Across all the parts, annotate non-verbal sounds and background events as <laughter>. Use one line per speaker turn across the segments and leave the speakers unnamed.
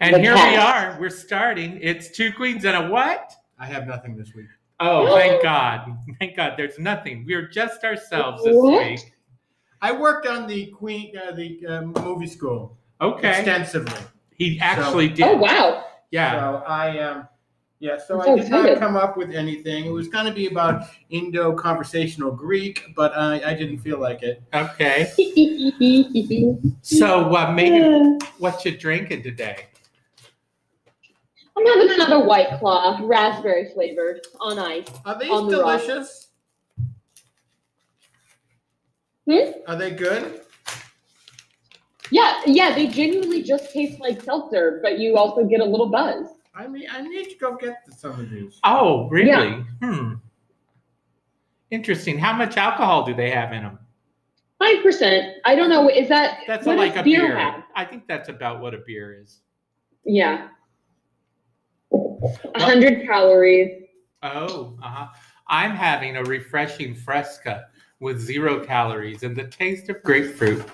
And
The
here we
cast.
are. We're starting. It's two queens and a what?
I have nothing this week.
Oh, thank God. Thank God. There's nothing. We're just ourselves this
What?
week.
I worked on the Queen, uh, the um, movie school
Okay.
extensively.
He actually did. <laughs>
Oh, wow.
Yeah.
So I, um, yeah, so
I'm
I
so
did
excited.
not come up with anything. It was going to be about Indo conversational Greek, but I, I didn't feel like it.
Okay. So, uh, Megan, what you drinking today?
I'm having another white claw, raspberry flavored, on ice.
Are these
On the rock.
delicious?
Hmm?
Are they good?
Yeah, yeah, they genuinely just taste like seltzer, but you also get a little buzz.
I mean, I need to go get some of these.
Oh, really?
Yeah.
Hmm. Interesting. How much alcohol do they have in them?
Five percent. I don't know. Is that
That's
what
like
does
a beer.
have?
I think that's about what a beer is.
Yeah. A hundred calories.
Oh, uh-huh. I'm having a refreshing fresca with zero calories and the taste of grapefruit.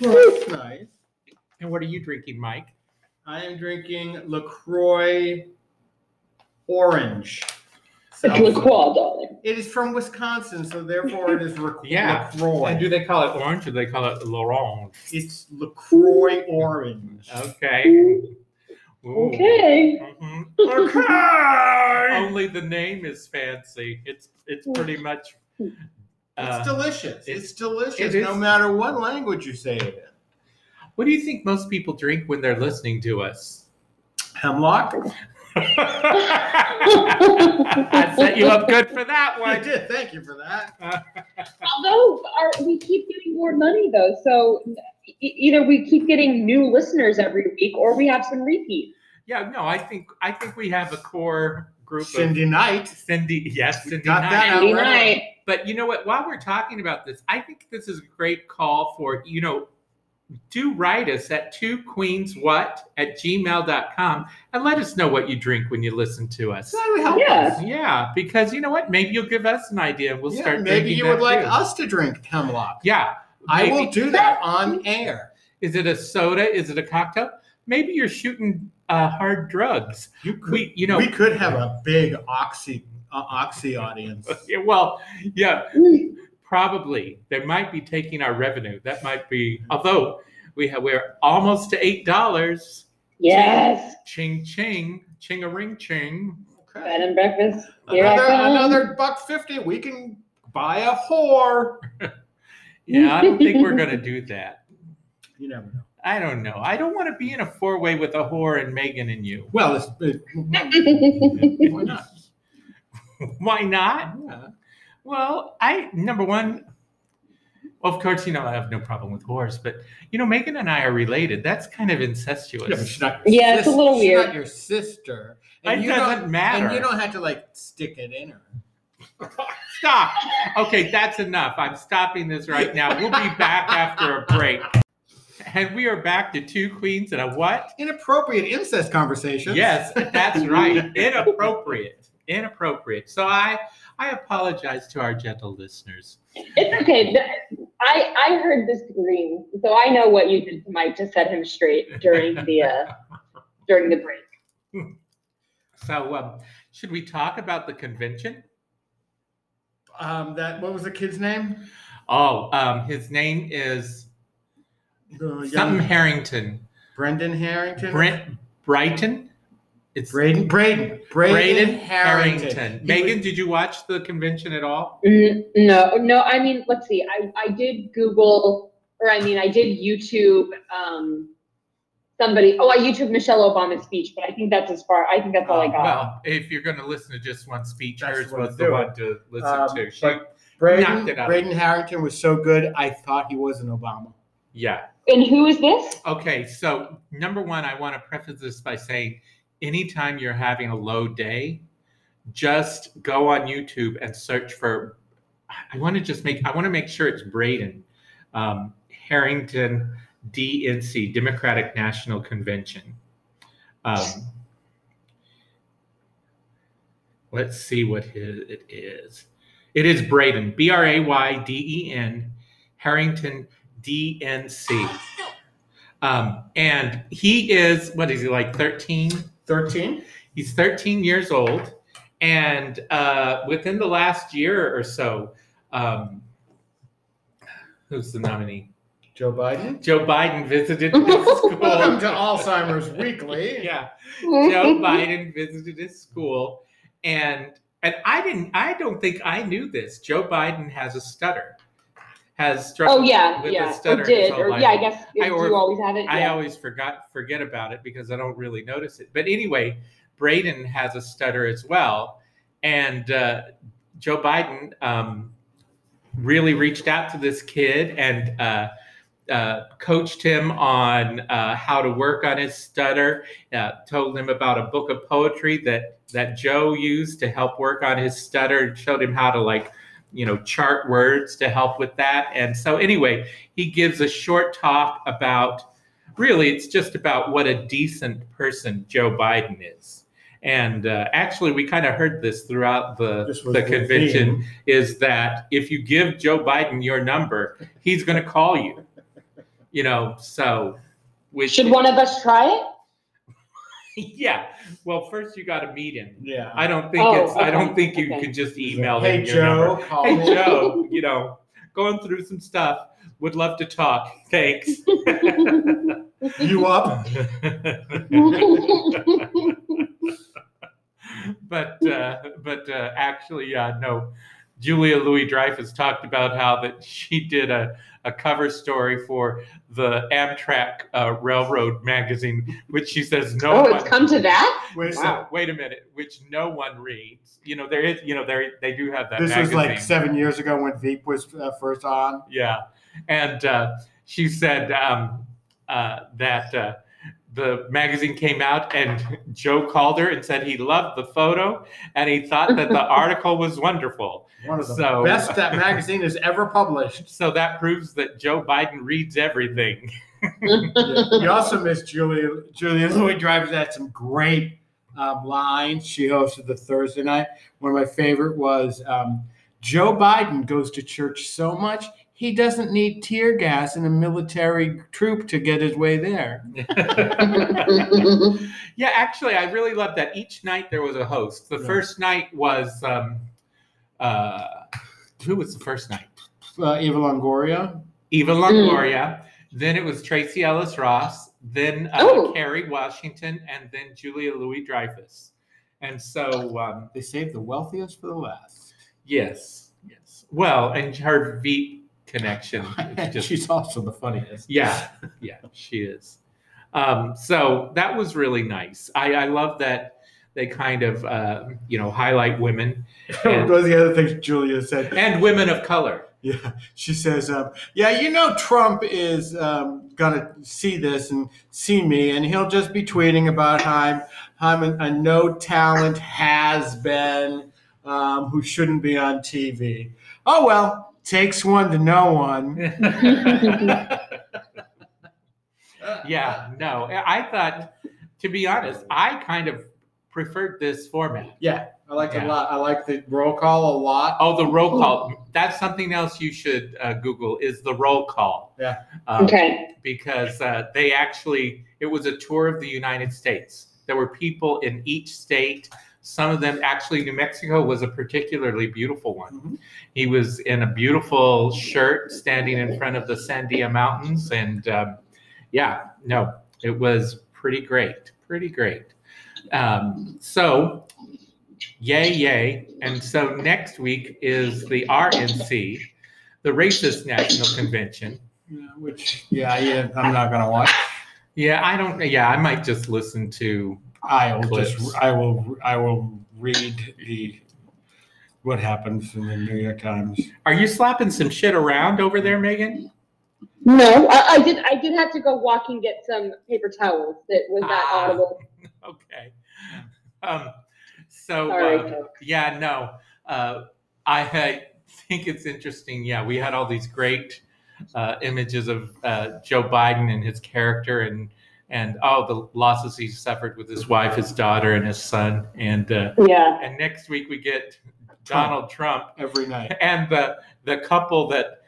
Well, that's nice.
And what are you drinking, Mike?
I am drinking LaCroix orange. So
It's LaCroix, darling.
it is from Wisconsin, so therefore
<laughs>
it is Ra-
Yeah.
LaCroix.
And do they call it orange or do they call it l'orange?
It's LaCroix orange.
Okay. Ooh.
Okay.
<laughs> Mhm.
<laughs> Okay.
Only the name is fancy. It's it's pretty much.
it's
Uh,
delicious.
it-
It's delicious
it
no
is-
matter what language you say it in.
what do you think most people drink when they're listening to
<laughs>
us?
Hemlock?
I set you up good for that
I
one.
did. Thank you for that.
Although our, we keep getting more money though, so e- either we keep getting new listeners every week, or we have some repeats.
Yeah, no, I think I think we have a core group of
Cindy Knight.
Cindy. Yes,
We
Cindy.
got
Knight.
that out.
Monday
right.
night.
But you know what? While we're talking about this, I think this is a great call for, you know, do write us at two queens what at gmail.com and let us know what you drink when you listen to us.
That would help
Yeah.
us.
Yeah, because you know what? Maybe you'll give us an idea. We'll
Yeah,
start
maybe
drinking
you
that
would like
too.
us to drink hemlock.
Yeah.
I
Maybe-
will do that on air.
Is it a soda? Is it a cocktail? Maybe you're shooting uh, hard drugs.
You could,
We, you know,
we could have a big oxy uh, oxy audience.
<laughs> yeah, <laughs> well, yeah,
Mm,
Probably. They might be taking our revenue. That might be, although we have, we're almost to $8.
Yes,
Ching, ching, ching a ring, ching.
bed
Okay.
and breakfast. Here I
Another,
come.
another buck fifty. We can buy a whore.
Yeah, I don't think we're going to do that.
You never know.
I don't know. I don't want to be in a four way with a whore and Megan and you.
Well, it's, it, why not?
Why not?
Yeah.
Well, I, number one, of course, you know, I have no problem with whores, but, you know, Megan and I are related. That's kind of incestuous.
Yeah, but she's not your
Yeah, it's a
sis-
little
she's
weird.
Not your sister.
it
And you
doesn't
don't,
matter.
And you don't have to like stick it in her.
Stop. Okay, that's enough. I'm stopping this right now. We'll be back after a break. And we are back to two queens and a what?
Inappropriate incest conversations.
Yes, that's
<laughs>
right. Inappropriate. Inappropriate. So I I apologize to our gentle listeners.
It's okay. Th- I I heard this green, so I know what you did to Mike to set him straight during the uh, during the break.
So um, should we talk about the convention?
Um, that what was the kid's name?
Oh, um, his name is
The young
something Harrington.
Brendan Harrington.
Brent Brighton. It's
Braden. Braden. Braden,
Braden
Harrington.
Harrington.
He
Megan,
was-
did you watch the convention at all?
Mm, No, no. I mean, let's see. I I did Google, or I mean, I did YouTube. Um, somebody. Oh, I YouTube Michelle Obama's speech, but I think that's as far. I think that's all I got.
Oh, Um, Well, if you're going to listen to just one speech,
That's
hers
what I'm
was the
doing.
one to listen
Um,
to. She,
but-
knocked
Braden,
it out.
Braden Harrington was so good, I thought he was an Obama.
yeah.
and who is this?
Okay. So, number one, I want to preface this by saying anytime you're having a low day, just go on YouTube and search for. I want to just make, I want to make sure it's Braden um, Harrington DNC, Democratic National Convention. Um, let's see what his, it is. It is Braden, B R A Y D E N, Harrington DNC. Um, and he is, what is he like, 13?
13?
He's 13 years old. And uh, within the last year or so, um, who's the nominee?
Joe Biden?
Joe Biden
<laughs>
visited his school.
Welcome to Alzheimer's Weekly.
yeah.
<laughs>
Joe Biden visited his school and and I didn't I don't think I knew this. Joe Biden has a stutter. Has struggled
Oh, yeah,
with
yeah.
a
Or
stutter. his
did,
whole
or
life.
yeah, I guess, do
I or-
you always have it?
I
Yeah.
always forgot forget about it because I don't really notice it. But anyway, Braden has a stutter as well, and uh, Joe Biden um, really reached out to this kid and uh, uh, coached him on uh, how to work on his stutter. Uh, told him about a book of poetry that that Joe used to help work on his stutter. Showed him how to like you know chart words to help with that. And so anyway, he gives a short talk about really it's just about what a decent person Joe Biden is. And uh, actually, we kind of heard this throughout the
This was
the
the
convention
theme.
is that if you give Joe Biden your number, he's going to call you. You know, so which
Should one of us try it?
<laughs>
<laughs>
yeah. Well, first you got to meet him.
Yeah.
I don't think
Oh,
it's. I don't
okay,
think you
okay.
can just email him.
hey,
your number
Joe.
<laughs>
Call
hey
me.
Joe, you know, going through some stuff. Would love to talk. <laughs> Thanks.
You up?
but uh, but uh, actually, yeah, no. Julia Louis Dreyfus talked about how that she did a, a cover story for the Amtrak uh, Railroad magazine, which she says no
Oh,
one
it's come to that? <laughs>
Wait a
So,
second.
wait a minute, which no one reads. You know, there is, you know, there they do have that.
This was
magazine.
like seven years ago when Veep was uh, first on.
Yeah. And uh, she said um, uh, that uh, the magazine came out and <laughs> Joe called her and said he loved the photo and he thought that the
<laughs>
article was wonderful.
One of the
So-
best that magazine has ever <laughs> published.
So that proves that Joe Biden reads everything. <laughs>
you also missed Julia. Julia Louis Dreyfus had some great um, lines. She hosted the Thursday night. One of my favorite was um, Joe Biden goes to church so much he doesn't need tear gas and a military troop to get his way there.
Yeah, actually, I really loved that. Each night there was a host. The
Yeah.
first night was um, uh, who was the first night?
Uh, Eva Longoria.
Eva
Mm.
Longoria. Then it was Tracy Ellis Ross. Then uh,
Oh.
Carrie Washington, and then Julia Louis Dreyfus. And so, um,
They saved the wealthiest for the last.
yes, yes. Well, and her Veep connection.
<laughs>
is just-
She's also the funniest.
yeah, yeah, she is. Um, so that was really nice. I, I love that they kind of uh, you know highlight women
Those are the other things Julia said.
and women of
<laughs>
color.
Yeah, she says, um, "Yeah, you know Trump is um, gonna see this and see me, and he'll just be tweeting about how I'm, I'm an, a no talent has been um, who shouldn't be on TV. Oh well, takes one to know one."
Yeah, no, I thought, to be honest, I kind of preferred this format.
yeah, I like it
Yeah.
a lot. I like the roll call a lot.
Oh, the roll call. That's something else you should uh, Google is the roll call.
Yeah.
Um,
Okay.
Because uh, they actually, it was a tour of the United States. There were people in each state. Some of them, actually, New Mexico was a particularly beautiful one.
Mhm.
He was in a beautiful shirt standing in front of the Sandia Mountains. And um, yeah, no, it was pretty great. Pretty great. Um, so, yay, yay. And so next week is the RNC, the Racist National Convention.
Yeah, which yeah, yeah, I'm not gonna watch.
Yeah, I don't, yeah, I might just listen to,
I will
Clips.
just I will I will read the what happens in the New York Times.
are you slapping some shit around over there, Megan?
No, I, I did. I did have to go walk and get some paper towels. That was that
Ah.
audible.
Okay. Um, so,
Sorry.
uh,
Coach.
Yeah, no. Uh, I, I think it's interesting. Yeah, we had all these great uh, images of uh, Joe Biden and his character and and all the losses he suffered with his wife, his daughter, and his son. And uh,
Yeah.
and next week we get Donald Trump <laughs>
every night.
and the the couple that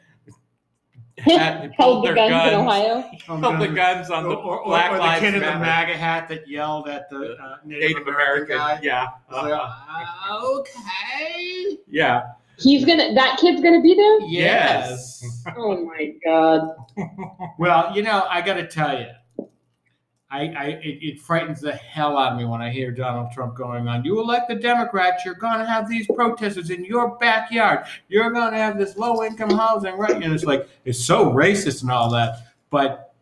had,
<laughs> held
pulled
the
their
guns, in
guns,
Ohio.
I'm
held Oh, the
done.
guns on
Or,
the
or,
Black
or the
Lives
kid in the
Matter.
MAGA hat that yelled at the uh, Native,
Native
American,
American.
guy.
Yeah. uh,
I was like, "Ah, okay.
yeah.
He's gonna. That kid's gonna be there.
Yes. <laughs>
Oh my god.
Well, you know, I got to tell you, I, I it, it frightens the hell out of me when I hear Donald Trump going on. You elect the Democrats, you're going to have these protesters in your backyard. You're going to have this low income housing, right? And it's like it's so racist and all that, but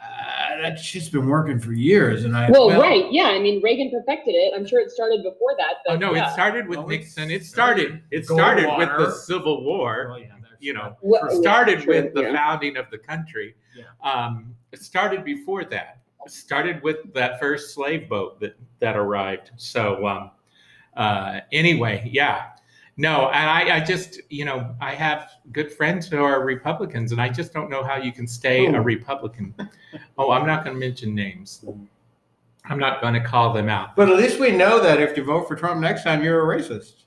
uh, that shit's been working for years. And I
Well,
Well-
right. Yeah. I mean, Reagan perfected it. I'm sure it started before that. But
Oh no,
yeah.
it started with
Well, it
Nixon. It started it started with the Civil War.
Well, yeah, that's-
you know,
Well,
It started
yeah, true,
with the
yeah.
founding of the country.
Yeah.
Um, it started before that. It started with that first slave boat that that arrived. So um, uh, anyway, yeah. No, and I, I just, you know, I have good friends who are Republicans, and I just don't know how you can stay
Ooh.
a Republican. oh, I'm not going to mention names. I'm not going to call them out.
But at least we know that if you vote for Trump next time, you're a racist.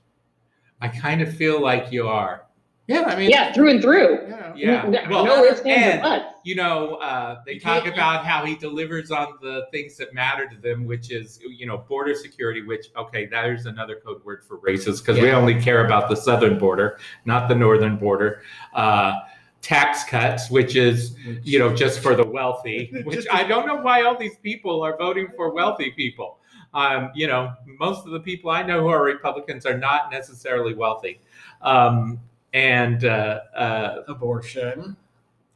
I kind of feel like you are.
Yeah, I mean,
yeah, through and through.
you know.
Yeah.
No,
Well,
no ifs, ands, or
and-
buts.
you know, uh, they
You
talk
can't-
about how he delivers on the things that matter to them, which is, you know, border security, which, okay, there's another code word for racist because we
Yeah.
only care about the southern border, not the northern border. Uh, tax cuts, which is, you know, just for the
<laughs>
wealthy, which
Just-
I don't know why all these people are voting for wealthy people. Um, you know, most of the people I know who are Republicans are not necessarily wealthy. Um, and uh, uh,
abortion.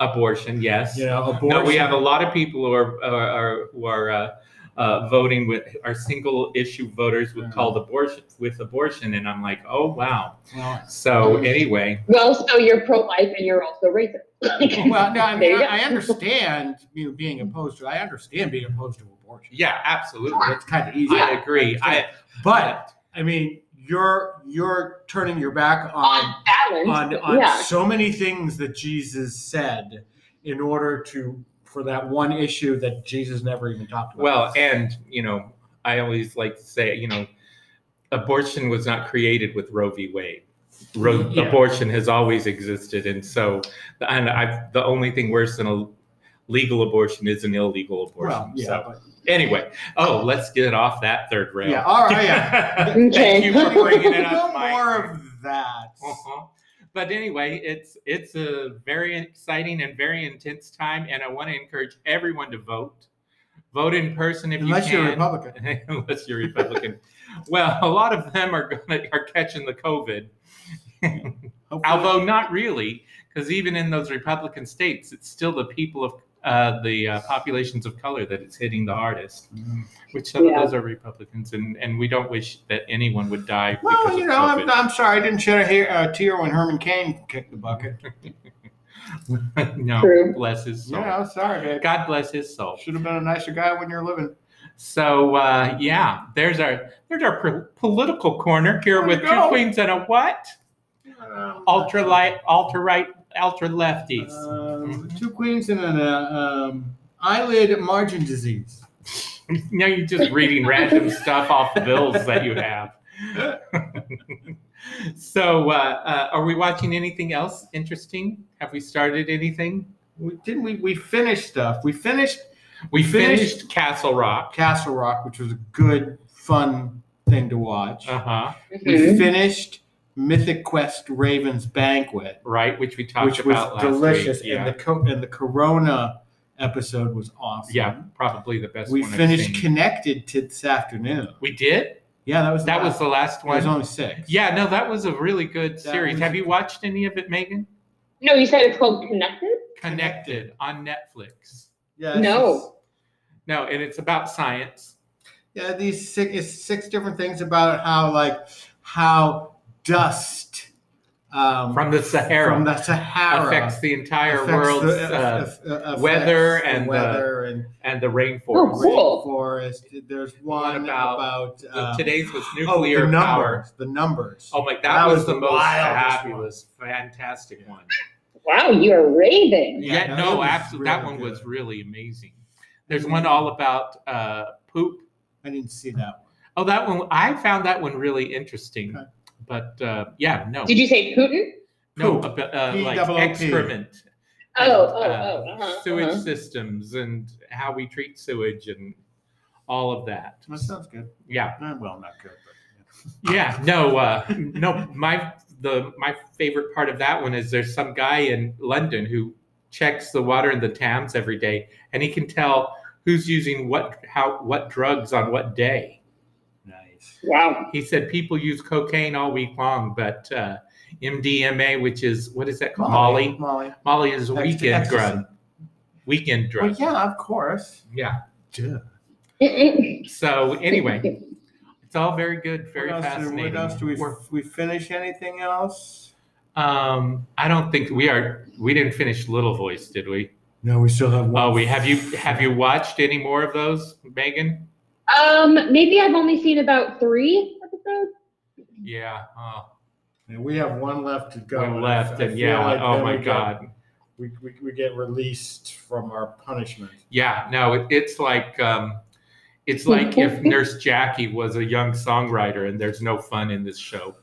abortion, yes.
You know, abortion.
No, we have a lot of people who are are, are who are uh, uh, voting with are single issue voters with
Yeah.
called abortion with abortion, and I'm like, oh wow.
Well, Mm-hmm.
So anyway,
Well, so you're pro-life and you're also racist. <laughs>
<laughs> well, no, I
There
mean,
you go.
I, I understand you know, being opposed to. I understand being opposed to abortion.
yeah, absolutely,
It's kind of easy,
I agree. I
but I mean, you're you're turning your back on
on balance.
on on
yeah.
so many things that Jesus said in order to for that one issue that Jesus never even talked about.
well, and you know, I always like to say, you know, abortion was not created with Roe v. Wade. Ro-
Yeah.
Abortion has always existed, and so and I've, the only thing worse than a legal abortion is an illegal abortion.
well, yeah,
so.
but-
Anyway, oh, let's get off that third rail. <laughs>
yeah, all right, yeah.
Thank
Okay.
you for bringing
<laughs>
it
no
up, Mike.
more of that.
Uh-huh. But anyway, it's it's a very exciting and very intense time, and I want to encourage everyone to vote. Vote in person if
Unless
you
you're a
can.
Republican.
<laughs> Unless you're Republican. well, a lot of them are gonna are catching the COVID.
Hopefully.
Although not really, because even in those Republican states, it's still the people of uh, the uh, populations of color that it's hitting the hardest. Which some
Yeah.
of those are Republicans, and, and we don't wish that anyone would die.
Well,
because
you
of
know, I'm,
COVID.
I'm sorry I didn't shed a, hair, a tear when Herman Cain kicked the bucket.
<laughs> no,
True.
bless his soul.
Yeah, I'm sorry, babe.
God bless his soul.
Should have been a nicer guy when you're living.
So uh, yeah, there's our there's our pro- political corner here
There
with
you go.
two queens and a what? Ultra light, ultra right, ultra lefties.
Um, two queens and an uh, um, eyelid margin disease.
<laughs> now you're just reading
<laughs>
random stuff off the bills that you have. <laughs> so uh, uh, are we watching anything else interesting? Have we started anything?
We, didn't we? We finished stuff. We finished
We
Finished-
finished Castle Rock.
Castle Rock, which was a good, fun thing to watch.
Uh huh.
We
Mhm.
finished Mythic Quest Raven's Banquet,
Right, which we talked
which
about
was
last
delicious,
week. Yeah,
and the co- and the Corona episode was awesome.
yeah, probably the best.
we
one I've
finished
seen.
connected to this afternoon.
we did.
Yeah, that was the
That was
last-
the last
There was
one.
only six.
Yeah, no, that was a really good series.
was-
Have you watched any of it, Megan?
No, you said it's called connected.
Connected on Netflix.
Yeah, it's
No.
just-
No, and it's about science.
yeah, these six it's six different things about how like how dust um,
From the Sahara
from the Sahara
Affects the entire
affects
world's
the-
uh,
aff- aff-
weather
affects the
and uh, the-
weather and
and the rainforest.
cool.
rainforest. There's one, about,
about
uh,
So today's was
oh,
nuclear
the
power.
numbers, the numbers.
Oh my, that,
That
was,
was
the
the
most
wildest
fabulous, fantastic one.
Wow, you're raving.
Yeah,
Yeah, that
no,
was
absolutely. That
really
one was
good. Mm-hmm.
really amazing. There's one all about uh, poop.
I didn't see that one.
Oh, that one I found that one really interesting.
Okay.
But uh, yeah, no,
Did you say Putin?
no,
Poop.
ab- uh, like
P-double-O-P.
excrement,
Oh, oh,
uh,
oh, uh-huh,
sewage
uh-huh.
systems and how we treat sewage and all of that.
That sounds good.
Yeah,
Eh, Well, not good, but
yeah. No, uh, no. My the my favorite part of that one is there's some guy in London who checks the water in the Thames every day, and he can tell who's using what how what drugs on what day.
yeah. nice.
Wow. <laughs>
He said people use cocaine all week long, but uh, MDMA, which is what is that called? Molly.
Molly.
Molly is a
Ex-
weekend
ecstasy.
drug. Weekend
Well,
drug.
yeah, of course.
yeah.
Yeah.
So anyway, it's all very good, very
what else do-
fascinating.
What else do we,
We're-
we finish anything else?
um, I don't think we are. We didn't finish Little Voice, did we?
No, we still have
Oh, we have you. Have you watched any more of those, Megan?
Um, maybe I've only seen about three episodes.
Yeah. Oh,
And we have one left to go.
one
and I-
left,
I
and
feel
yeah.
like
oh
then
my
we get-
God.
we, we, we get released from our punishment.
Yeah, no, it, it's like um, it's like if Nurse Jackie was a young songwriter, and there's no fun in this show.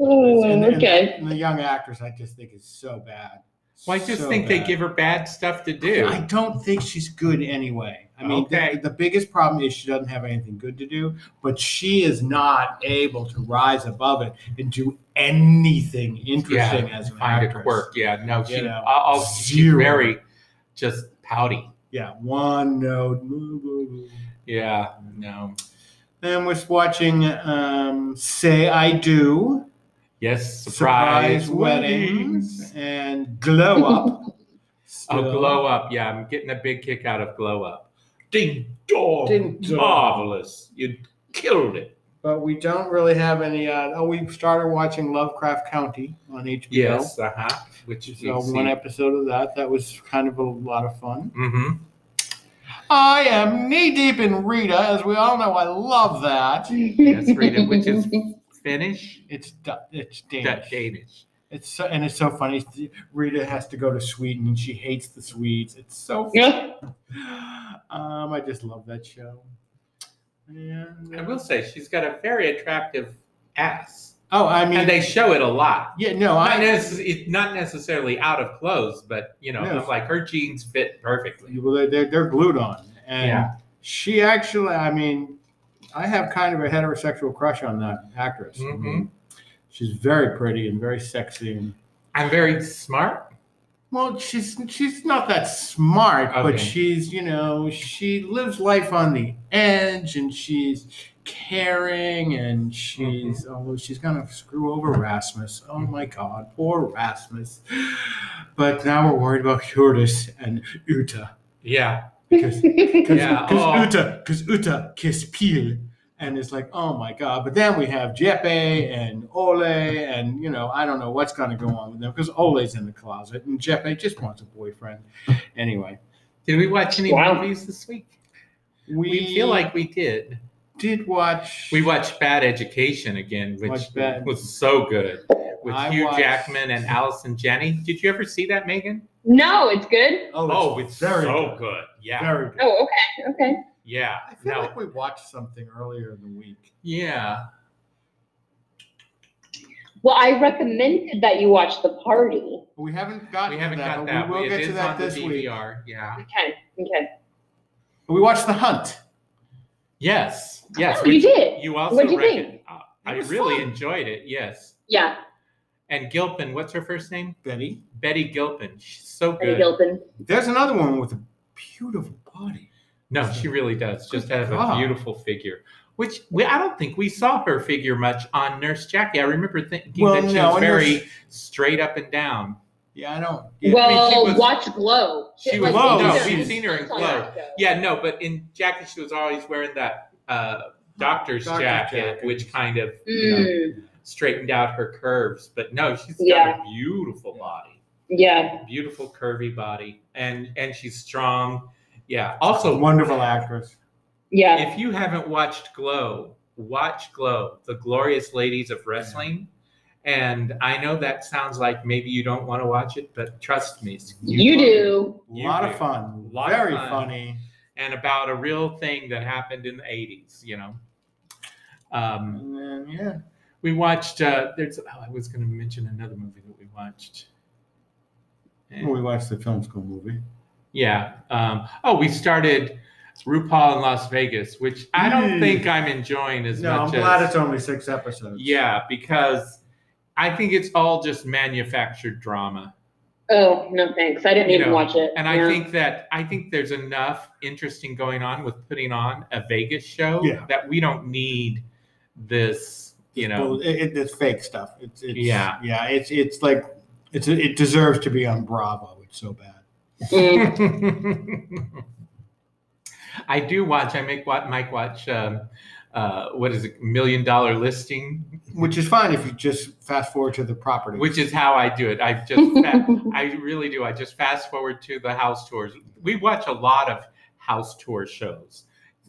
Oh,
And- and-
okay.
And the young actress, I just think, is so bad.
Well, I just
So
think
bad.
they give her bad stuff to do.
I don't think she's good anyway. I mean,
Okay.
the, the biggest problem is she doesn't have anything good to do, but she is not able to rise above it and do anything interesting as an
find a
actress.
quirk. Yeah, no, she,
You know,
I'll, she's
zero.
very just pouty.
Yeah, one note. boo, boo, boo.
Yeah, no.
Then we're watching um, "Say I Do,"
Yes, surprise,
weddings, and "Glow Up."
<laughs> Oh,
Still.
glow up. Yeah, I'm getting a big kick out of glow up. Ding dong.
Ding dong.
Marvelous. You killed it.
But we don't really have any. Uh, oh, we started watching Lovecraft County on HBO.
Yes, uh huh. Which is
So one episode of that. That was kind of a lot of fun.
Mm-hmm.
I am knee deep in Rita, as we all know. I love that.
Yes,
Rita, which is- Finnish.
It's Du- it's
Da-
Danish.
Danish.
It's so, and it's so funny. Rita has to go to Sweden, and she hates the Swedes. It's so.
Yeah.
Um, I just love that show. And, uh,
I will say she's got a very attractive ass,
oh, I mean,
and they show it a lot.
yeah, no,
Not,
I.
necess- it- not necessarily out of clothes, but you know,
No.
it's like her jeans fit perfectly.
Well, they're- they're they're glued on, and
Yeah.
she actually. I mean, I have kind of a heterosexual crush on that actress.
Mm-hmm.
I mean, she's very pretty and very sexy, and
I'm very smart.
well, she's she's not that smart, but
Okay.
she's you know she lives life on the edge, and she's caring, and she's
Mm-hmm.
oh she's gonna screw over Rasmus. Oh my God, poor Rasmus. But now we're worried about Hurtis and Uta
Yeah.
because because
Yeah, oh.
Uta because Uta kiss Peel. And it's like, oh my God. But then we have Jeppe and Ole, and you know, I don't know what's going to go on with them because Ole's in the closet and Jeppe just wants a boyfriend. Anyway,
Did we watch any
Wow.
movies this week?
we,
We feel like we did.
did watch.
We watched Bad Education again, which
Watched Bad-
was so good with
I
Hugh
watched-
Jackman and Allison Janney. Did you ever see that, Megan?
No, it's good.
Oh,
so good. Yeah.
Very good.
Oh, okay, okay.
yeah.
I feel
No.
like we watched something earlier in the week.
yeah.
Well, I recommended that you watch The Party.
We haven't gotten
We haven't
to that,
got
but
that.
we will
It
get to
is
that
on the
this week.
DVR. Yeah.
Okay, okay.
We watched The Hunt.
Yes. Yes.
Oh,
which
you did.
You also
What'd you
reckon-
think?
uh,
It
I
was
really
fun.
enjoyed it. Yes.
Yeah,
And Gilpin, what's her first name?
Betty.
Betty Gilpin. She's so
Betty
good.
Gilpin.
There's another woman with a beautiful body.
No, she really does. Just
Good
has a
God.
beautiful figure. Which we, I don't think we saw her figure much on Nurse Jackie. I remember thinking
Well,
that she
no,
was
and
very
there's-
straight up and down.
Yeah, I don't. yeah.
I mean,
Well,
she was-
watch Glow.
she
Shit
was-
like
no,
that.
we've
seen her in
That's on
Glow.
that show.
Yeah, no, but in Jackie, she was always wearing that uh, doctor's
Doctor's
jacket,
jacket.
which kind of you know,
Mm,
straightened out her curves. But no, she's got
Yeah.
a beautiful body.
yeah.
beautiful curvy body and and she's strong yeah also
wonderful actress.
Yeah.
if you haven't watched glow watch glow the glorious ladies of wrestling and i know that sounds like maybe you don't want to watch it but trust me
You do.
A
You
lot
do.
of fun.
Lot of
Very
fun.
funny.
and about a real thing that happened in the 80s you know um
And then, yeah.
we watched uh there's oh, i was going to mention another movie that we watched? Eh,
Well, we watched the film school movie.
Yeah. Um, oh, we started RuPaul in Las Vegas, which I don't
Mm.
think I'm enjoying as
No, I'm
much
glad
as
it's only six episodes.
yeah, because I think it's all just manufactured drama.
Oh no, thanks. I didn't
You
even
know,
watch it.
And
Yeah.
I think that I think there's enough interesting going on with putting on a Vegas show
Yeah.
that we don't need this, you know.
Well, it, it, it's fake stuff. It's, it's
Yeah.
yeah. It's it's like it's it deserves to be on Bravo. It's so bad.
<laughs>
Mm.
I do watch. I make what Mike watch. Um, uh, what is it? Million Dollar Listing,
Which is fine if you just fast forward to the property.
which is how I do it. I've
<laughs>
just, fa- I really do. I just fast forward to the house tours. We watch a lot of house tour shows.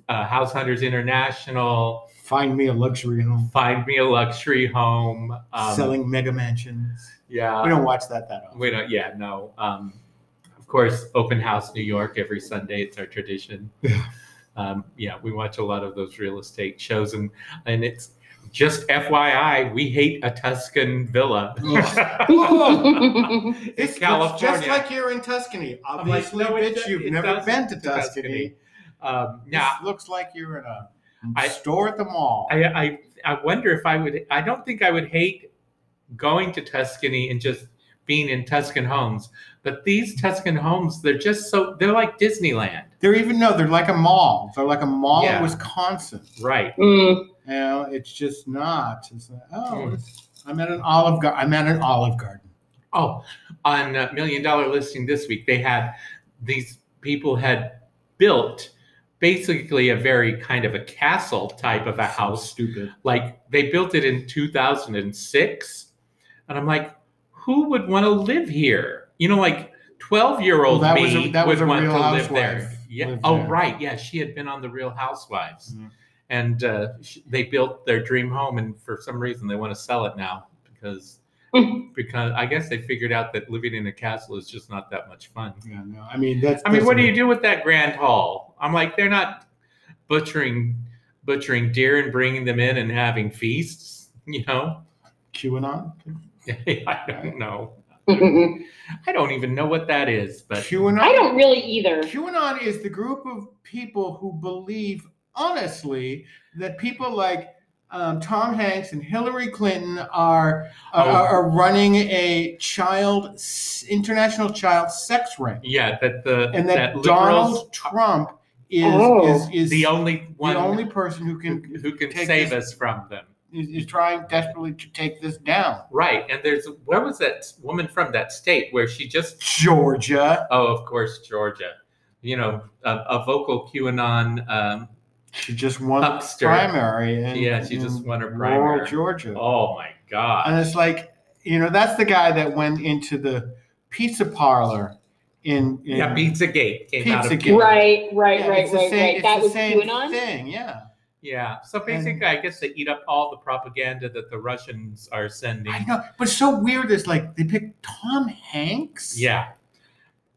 Uh, house Hunters International,
find me a luxury home,
Find Me a Luxury Home. Um,
selling mega mansions.
Yeah.
we don't watch that that often.
We don't. Yeah, no. Um, of course, open house New York every Sunday. It's our
<laughs>
tradition.
Yeah.
Um, yeah, we watch a lot of those real estate shows, and and it's just FYI, we hate a Tuscan villa. <laughs>
That's
It's
looks
California.
just like you're in Tuscany.
I'm like,
Obviously,
no, it
bitch,
do-
you've
it
never
doesn't
been to
to Tuscany.
Tuscany.
um,
This
now,
looks like you're in a
I-
store at the mall.
I, I I wonder if I would. I don't think I would hate going to Tuscany and just being in Tuscan homes, but these Tuscan homes, they're just so they're like Disneyland,
they're even no, they're like a mall. They're like a mall
Yeah.
in Wisconsin.
right?
Mm.
You know, it's just not. It's like, oh,
Mm.
it's- I'm at an Olive Garden. I'm at an Olive Garden.
Oh, on uh, Million Dollar Listing this week, they had these people had built basically a very kind of a castle type of a
So
house.
stupid.
Like they built it in 2006. And I'm like, who would want to live here? You know, like 12 year old
Well, that
me
was a- that was
would
a
want
Real
to live
Housewife
there. Yeah.
lived
Oh,
there.
right. Yeah. She had been on The Real Housewives.
Mhm.
And uh, sh- they built their dream home. And for some reason, they want to sell it now because because I guess they figured out that living in a castle is just not that much fun.
Yeah, no. I mean, that's.
I mean, what do you
that's-
do with that grand hall? I'm like, they're not butchering butchering deer and bringing them in and having feasts, you know? <laughs>
QAnon.
I don't know. I don't even know what that is, but
QAnon.
I don't really either.
QAnon is the group of people who believe honestly that people like um, Tom Hanks and Hillary Clinton are are,
Oh.
are running a child s- international child sex ring,
yeah, that the
and that,
liberals
Donald Trump is
Oh.
is, is
the only
the
one
only person who
who,
can
who can
take
save
this-
us from them.
is, is trying desperately to take this down.
Right. And there's where was that woman from that state where she just
Georgia.
Oh, of course, Georgia. You know, a, a vocal QAnon. Um,
She just won
Huckster.
the primary. In,
Yeah, she just
in
won her
rural
primary.
Georgia.
oh my God.
And it's like, you know, that's the guy that went into the pizza parlor in, in
Yeah, Pizzagate came out of
Pizzagate.
Cuba.
Right, right,
Yeah,
right,
it's the
right,
same-
right.
it's
That
the
was
same
QAnon.
thing, yeah.
Yeah. So basically,
And-
I guess they eat up all the propaganda that the Russians are sending.
I know, but it's so weird is like they picked Tom Hanks.
Yeah.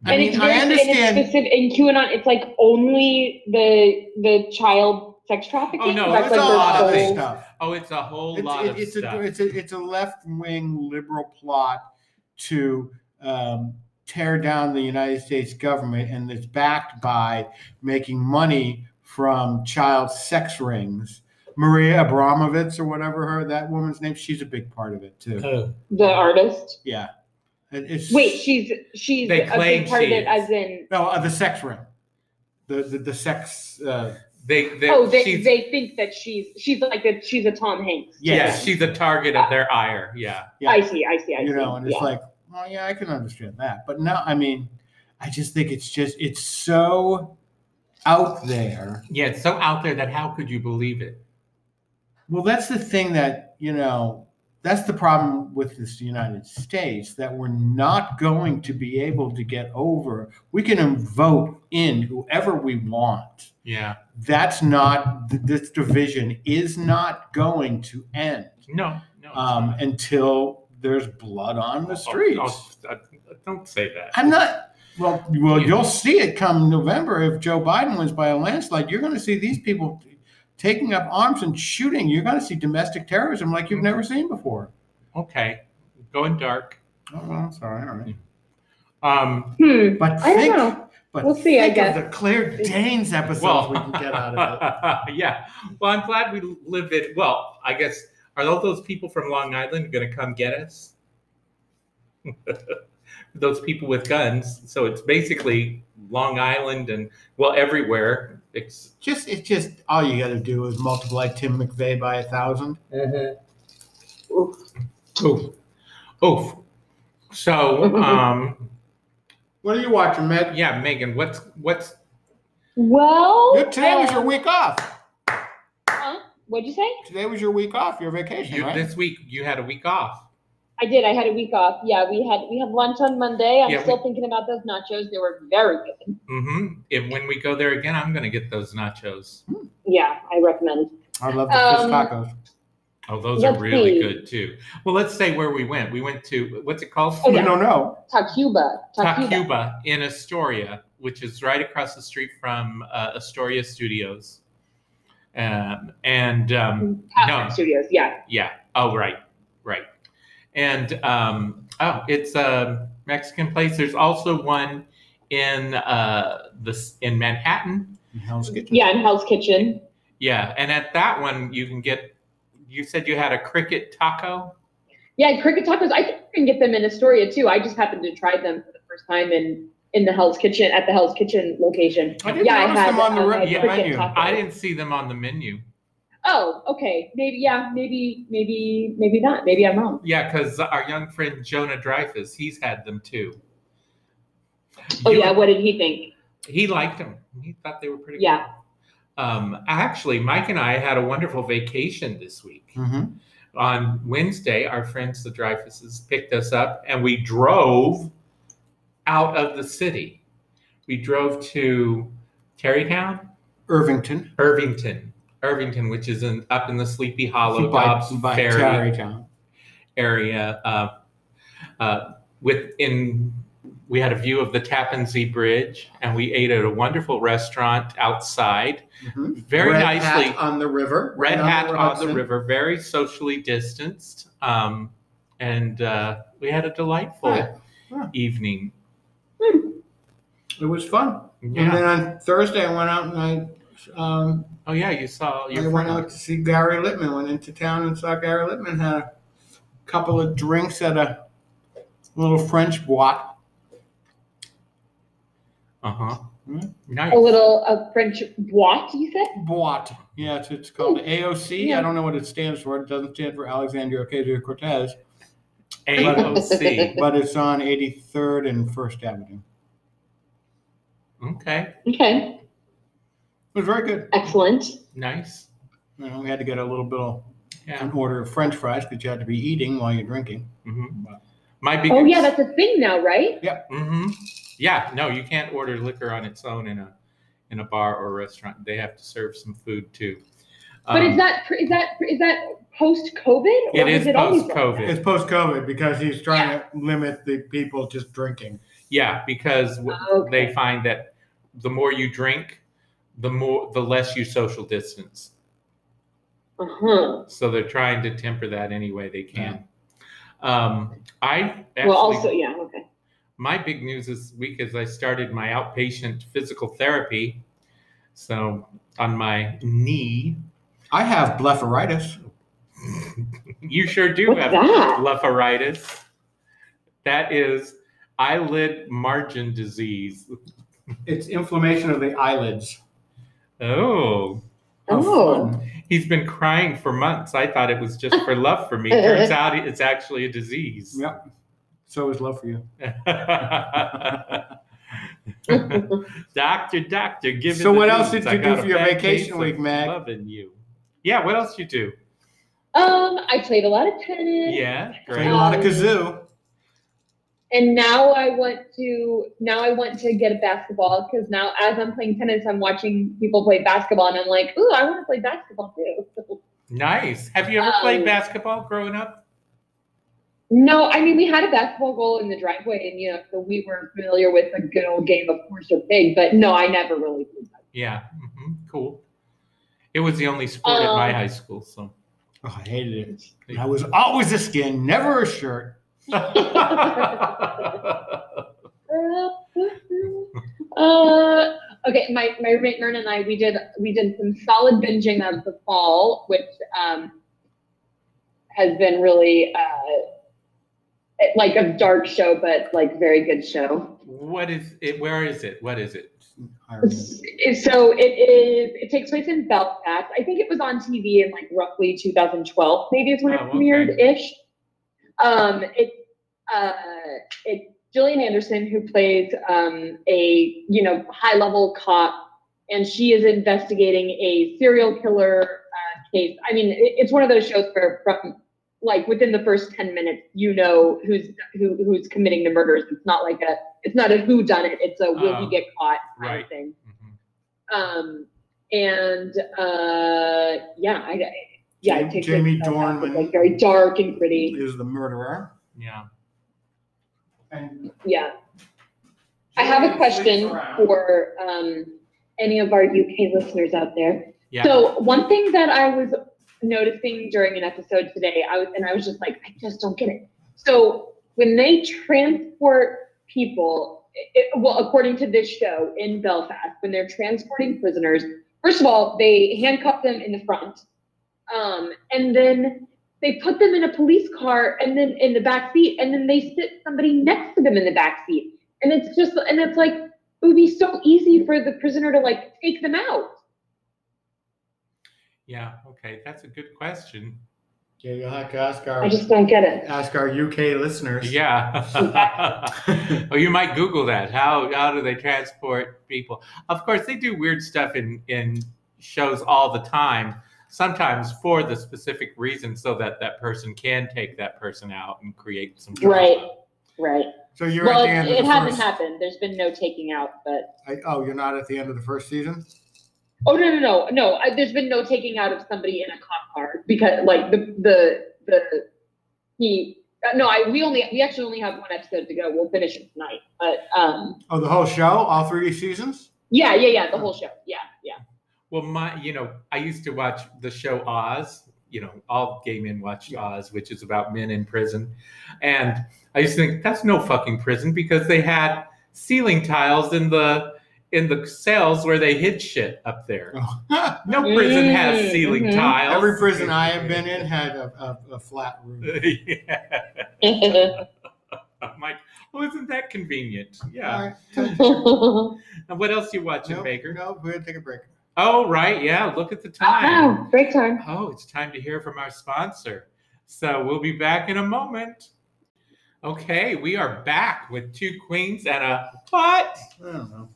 I mean, I
and it's
understand.
specific, in QAnon, it's like only the the child sex trafficking.
Oh, no,
That's
It's
it's
a
like their
lot of
this
whole-
stuff.
Oh, it's a whole
It's,
lot
it-
of
it's
stuff.
a it's a it's a left wing liberal plot to um, tear down the United States government, and it's backed by making money from child sex rings. Maria Abramovitz or whatever her that woman's name, she's a big part of it too.
Oh.
The artist.
Yeah, It- it's
Wait, she's she's
They
a
claim
big part of
she
it,
is.
as in.
no uh, the sex ring, the the, the sex. Uh,
They, they,
Oh, they,
she's,
they think that she's she's like that she's a Tom Hanks.
yeah,
yes,
she's a target of their ire. Yeah.
yeah.
I see, I see, I see.
you know, and
yeah.
it's like, well, yeah, I can understand that. But no, I mean, I just think it's just it's so out there.
Yeah. It's so out there that how could you believe it?
Well, that's the thing that you know. That's the problem with this United States that we're not going to be able to get over. We can vote in whoever we want.
Yeah.
That's not th- this division is not going to end
No, no. it's
um,
not.
until there's blood on the streets.
Oh, oh, oh, don't say that.
I'm not. Well, well,
Yeah.
you'll see it come November if Joe Biden wins by a landslide. You're going to see these people taking up arms and shooting. You're going to see domestic terrorism like you've never seen before.
Okay. Going dark.
Oh, well, that's all right. All right.
Um,
Hmm.
But
I don't
think,
know.
But
We'll see, I
think of
guess.
the Claire Danes episodes
well,
we can get
<laughs>
out of it.
yeah. Well, I'm glad we live it. Well, I guess are all those people from Long Island going to come get us? <laughs> those people with guns. So it's basically Long Island and well everywhere. It's
Just it's just all you got to do is multiply Tim McVeigh by a thousand.
oof, oof. So um,
What are you watching, Matt?
yeah, Megan, what's what's
Well,
You- Today was
uh,
your week off.
huh? What'd you say?
Today was your week off. Your vacation,
you,
right?
this week? You had a week off.
I did. I had a week off. Yeah, we had we had lunch on Monday. I'm
Yeah,
still thinking about those nachos. They were very good.
Mm-hmm. If when we go there again, I'm going to get those nachos.
Yeah, I recommend.
I love the fish
Um,
tacos.
Oh, those are
Let's
really
see.
good too. Well, let's say where we went. We went to what's it called?
Oh,
You
yeah.
don't know.
Tacuba. Tacuba.
Tacuba in Astoria, which is right across the street from uh, Astoria Studios. Um, and um,
Tacuba
No.
Mm, Studios. Yeah.
yeah, oh right, right. And um, oh, it's a Mexican place. There's also one in uh, this in Manhattan.
Hell's Kitchen.
Yeah, in Hell's Kitchen.
Yeah, and at that one you can get. You said you had a cricket taco.
Yeah, cricket tacos. I think you can get them in Astoria too. I just happened to try them for the first time in in the Hell's Kitchen at the Hell's Kitchen location.
I didn't
Yeah, I
notice
had,
them on the
um,
re-
I had
yeah,
cricket
menu.
tacos.
I didn't see them on the menu.
Oh, okay. Maybe yeah. Maybe maybe maybe not. Maybe I'm wrong.
Yeah, because our young friend Jonah Dreyfus, he's had them too.
Oh
You-
yeah. What did he think?
he liked them. He thought they were pretty.
Yeah.
Cool. Um, actually, Mike and I had a wonderful vacation this week.
Mhm.
On Wednesday, our friends the Dreyfuses picked us up, and we drove out of the city. We drove to Terrytown,
Irvington.
Irvington, Irvington, which is in, up in the Sleepy Hollow,
by,
Dobbs
by
Ferry
Tarrytown.
area uh, uh, within we had a view of the Tappan Zee Bridge and we ate at a wonderful restaurant outside
Mhm.
very
Red
nicely
Hat on the river.
red
Down
hat on the
Hudson.
river very socially distanced um, and uh, we had a delightful
Yeah. Yeah.
evening
It was fun. And
yeah
then on Thursday, I went out and I. Um,
oh yeah you saw
I
your
went
friend.
out to see Gary Littman. Went into town and saw Gary Littman. Had a couple of drinks at a little French boite.
uh-huh
Hmm?
nice
A little a French what you said?
Boite. Yeah, it's, it's called AOC. I
Yeah.
don't know what it stands for. It doesn't stand for Alexandria Ocasio Cortez,
<laughs>
AOC
but it's on 83rd and First Avenue.
okay
Okay.
It was very good.
Excellent.
nice
You know, we had to get a little bit of
yeah
an order of French fries because you had to be eating while you're drinking.
mhm. my biggest
Oh yeah, that's a thing now, right?
Mm-hmm. Yeah, no, you can't order liquor on its own in a in a bar or a restaurant. They have to serve some food too.
But
Um,
is that is that is that post COVID?
it is post
It's
COVID.
post COVID because he's trying to limit the people just drinking.
Yeah, because w-
Oh, Okay.
they find that the more you drink, the more the less you social distance.
Uh huh.
So they're trying to temper that any way they can. Um, I actually,
Well, also yeah. Okay.
my big news this week is I started my outpatient physical therapy. So on my knee,
I have blepharitis.
you sure do
What's
have
that?
blepharitis. That is eyelid margin disease.
It's inflammation of the eyelids.
Oh,
How
Oh.
fun.
he's been crying for months. I thought it was just
<laughs>
for love for me. Turns out it's actually a disease.
Yep. So is love for you.
<laughs> doctor, doctor, give me
So
the
what else
news.
did
I
you do
got a
for your
bad
vacation
case of
week, Meg?
Loving you. Yeah, what else you do?
Um, I played a lot of tennis.
Yeah,
Played a
great.
lot of kazoo.
And now I want to now I want to get a basketball because now as I'm playing tennis, I'm watching people play basketball, and I'm like, ooh, I want to play basketball too. <laughs>
Nice. Have you ever
Um,
played basketball growing up?
No, I mean we had a basketball goal in the driveway, and you know, so we were familiar with a good old game of horse or pig. But no, I never really did that.
Yeah. hmm Cool. It was the only sport at my
Um, <laughs>
high school, so.
Oh, I hated it. I was always a skin, never a shirt.
uh, okay, my, my roommate Myrna and I we did we did some solid binging of the fall, which um, has been really uh, like a dark show, but like very good show.
what is it? Where is it? What is it?
So it is. It takes place in Belfast. I think it was on TV in like roughly 2012, maybe is when it
Oh, okay.
premiered ish. Um, it uh, it Gillian Anderson who plays um, a you know high level cop, and she is investigating a serial killer uh, case. I mean, it, it's one of those shows where from like within the first 10 minutes you know who's who, who's committing the murders it's not like a it's not a who done it it's a will
Oh.
he get caught kind
Right.
of thing.
Mhm.
Um, and uh, yeah, I, I- yeah,
Jamie-
it takes
Jamie
place in Belfast. It's,
Dornan.
like very dark and gritty.
Is the murderer.
Yeah.
And
Yeah, I have a question for um, any of our UK listeners out there.
Yeah.
So one thing that I was noticing during an episode today, I was and I was just like, I just don't get it. So when they transport people, it, well, according to this show in Belfast, when they're transporting prisoners, first of all, they handcuff them in the front, um, and then they put them in a police car, and then in the back seat, and then they sit somebody next to them in the back seat, and it's just, and it's like it would be so easy for the prisoner to like take them out.
yeah. Okay. That's a good question.
Yeah, you'll have to ask our
I just don't get it.
ask our UK listeners.
Yeah. <laughs> oh, you might Google that. How how do they transport people? Of course, they do weird stuff in in shows all the time. Sometimes for the specific reason, so that that person can take that person out and create some drama.
Right. Right.
So you're
Well,
at the end
it
of the
hasn't
first.
happened. There's been no taking out, but
I, oh, you're not at the end of the first season.
oh no no no no. I, there's been no taking out of somebody in a cop car because like the the the he. uh, No, I we only we actually only have one episode to go. We'll finish it tonight. But um,
Oh, the whole show, all three seasons. <laughs>
yeah, yeah, yeah, the whole show. Yeah, yeah.
Well, my, you know, I used to watch the show Oz. You know, all gay men watched Oz, which is about men in prison. And I used to think that's no fucking prison because they had ceiling tiles in the in the cells where they hid shit up there. No prison has
Mm,
ceiling
mhm.
tiles.
Oh. Every prison I have been in had a, a, a flat roof.
yeah.
<laughs>
I'm like, well, isn't that convenient? <laughs> Yeah. <laughs>
All right.
And what else you watching,
Nope,
Baker?
nope, we're gonna take a break.
Oh, right. Yeah. Look at the time.
wow, break time.
Oh, it's time to hear from our sponsor. So we'll be back in a moment. Okay, we are back with two queens and a what?
I don't know.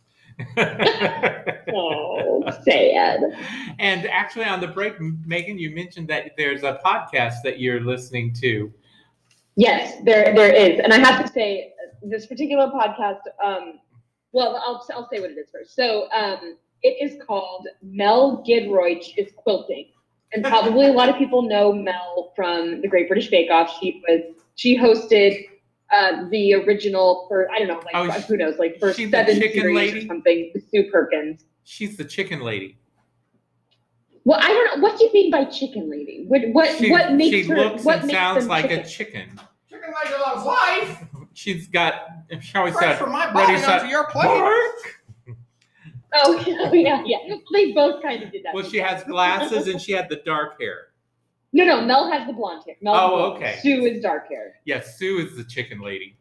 Oh, sad.
<laughs> and actually, on the break, Megan, you mentioned that there's a podcast that you're listening to.
Yes, there there is, and I have to say this particular podcast. Um, well, I'll I'll say what it is first. So um, it is called Mel Gidroych is quilting, and probably a lot of people know Mel from the Great British Bake Off. She was she hosted uh, the original for I don't know like
Oh, she-
who knows like first
she's the
seven
chicken
series
lady?
or something with Sue Perkins.
She's the chicken lady.
Well, I don't know what do you mean by chicken lady. What what
she,
what makes
she
her
looks
what
and
makes
sounds
them
like
chicken?
a chicken.
Chicken leg of love's life,
She's got, shall we
fresh
say,
from my
what
body
is that?
onto your plate.
bark?
Oh <laughs> yeah, yeah. They both kind of did that.
Well, she
together.
has glasses and she had the dark hair.
No, no, Mel has the blonde hair. Mel
Oh,
blonde.
okay.
Sue is dark hair.
Yes, Sue is the chicken lady.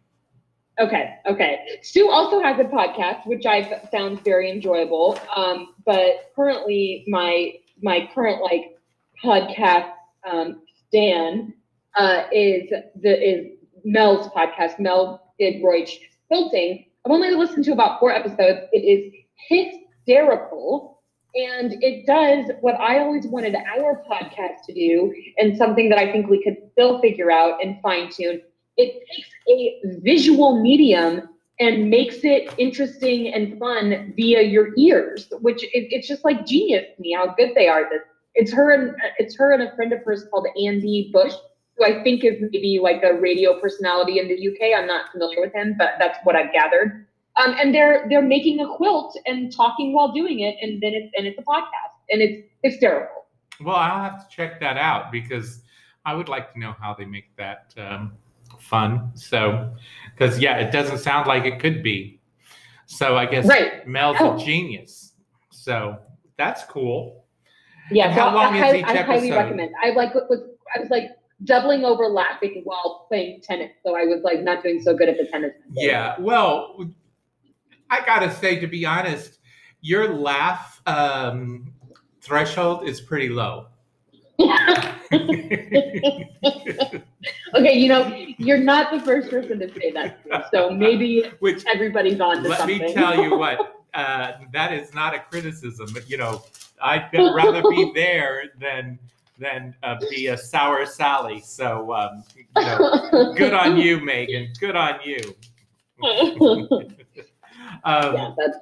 Okay, okay. Sue also has a podcast, which I've found very enjoyable. Um, but currently, my my current like podcast um, Stan uh, is the is Mel's podcast. Mel did Roy Quilting. I've only listened to about four episodes. It is hysterical, and it does what I always wanted our podcast to do, and something that I think we could still figure out and fine tune. It takes a visual medium and makes it interesting and fun via your ears, which it, it's just like genius to me how good they are. This it's her and it's her and a friend of hers called Andy Bush, who I think is maybe like a radio personality in the UK. I'm not familiar with him, but that's what I've gathered. Um, and they're they're making a quilt and talking while doing it, and then it's and it's a podcast, and it's hysterical.
Well, I'll have to check that out because I would like to know how they make that um, fun. So, because yeah, it doesn't sound like it could be. So I guess
Right.
Mel's
Oh.
a genius. So that's cool.
Yeah,
And how
so
long
I,
is
hi-
each
I highly
episode?
recommend. I like was- was I was like doubling over laughing while playing tennis, so I was like not doing so good at the tennis.
Yeah. Well, I gotta say, to be honest, your laugh um, threshold is pretty
<laughs>
low. <laughs>
okay, you know you're not the first person to say that, to me, so maybe
Which
everybody's on to
let
something.
me tell you what, uh, that is not a criticism. But you know, I'd rather be there than than uh, be a sour Sally. So um, you know,
<laughs>
good on you, Megan. Good on you. Um,
yeah, that's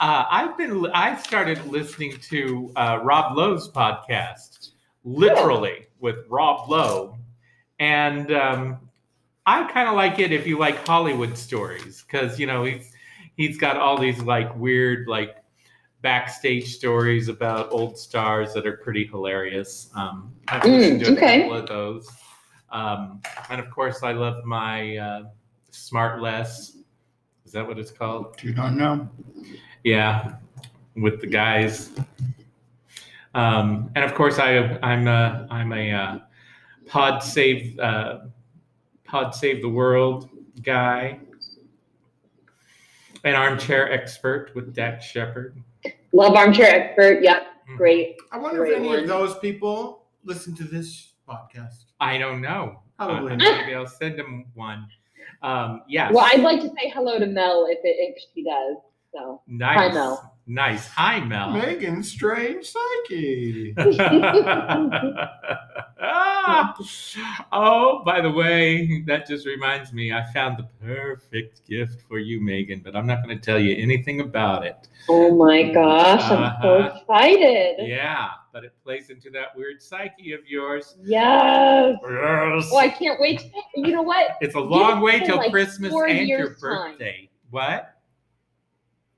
Uh, I've been. I started listening to uh, Rob Lowe's podcast, literally with Rob Lowe, and um, I kind of like it if you like Hollywood stories because you know he's he's got all these like weird like backstage stories about old stars that are pretty hilarious. Um, I've listened
Mm,
to a
okay.
couple of those, um, and of course I love my uh, Smart Less. Is that what it's called?
You don't know.
yeah with the guys um and of course i i'm a i'm a uh, pod save uh pod save the world guy an armchair expert with Dak Shepard. Hmm.
love armchair expert. Yeah, great.
I wonder
Great
if any
one.
of those people listen to this podcast.
I don't know.
Probably
Uh,
not.
maybe I'll send him one. Um, yeah.
Well, I'd like to say hello to Mel if it, if she does. So
nice.
Hi, Mel.
Nice. Hi, Mel.
Megan Strange
<laughs>
Psyche.
Ah. <laughs> oh, by the way, that just reminds me, I found the perfect gift for you, Megan, but I'm not going to tell you anything about it.
oh my gosh, I'm so
Uh-huh.
excited.
Yeah, but it plays into that weird psyche of yours.
Yes.
Yes.
Oh, I can't wait. You know what?
It's a long
it
way
to
till
like
Christmas
four
and your
years' time.
birthday. What? <laughs>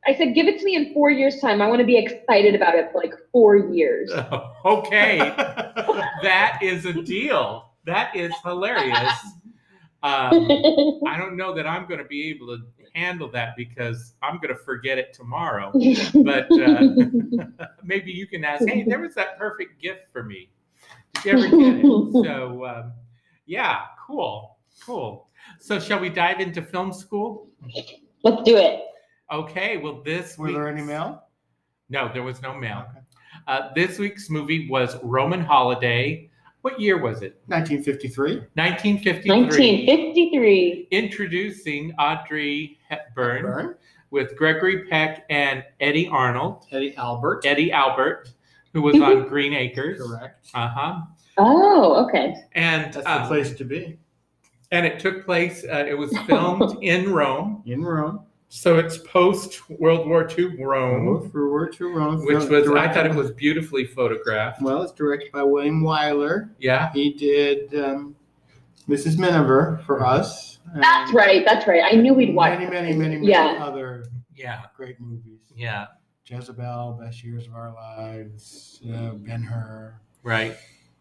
I said, give it to me in four years' time. I want to be excited about it for like four years.
Uh.
<laughs>
okay, that is a deal. That is hilarious.
<laughs>
Um, I don't know that I'm going to be able to handle that because I'm going to forget it tomorrow. But uh, maybe you can ask, hey, there was that perfect gift for me. Did you ever get it? So, um, yeah, cool, cool. So, shall we dive into film school?
Let's do it.
Okay, well, this
Were there any
week's-
mail?
No, there was no mail.
Okay.
Uh, this week's movie was Roman Holiday. What year was it?
1953.
1953.
1953.
Introducing Audrey Hepburn.
Burn.
with Gregory Peck and Eddie Arnold,
Teddy Albert.
Eddie Albert, who was
<laughs>
on Green Acres.
Correct.
Uh huh.
Oh, okay.
And
That's
uh,
the place to be.
and it took place. Uh, it
<laughs>
was filmed in Rome,
In Rome.
so it's post World War II Rome,
Rome. Forward to Rome.
which
Film-
was I
directed
thought it
by-
was beautifully photographed.
Well, it's directed by William Wyler.
Yeah.
He did um, Mrs. Miniver for us. and
That's right. That's right. I knew we'd watch.
Many,
it.
many, many, many
Yeah.
other
Yeah.
great movies.
Yeah.
Jezebel, Best Years of Our Lives, uh, Ben Hur,
Right.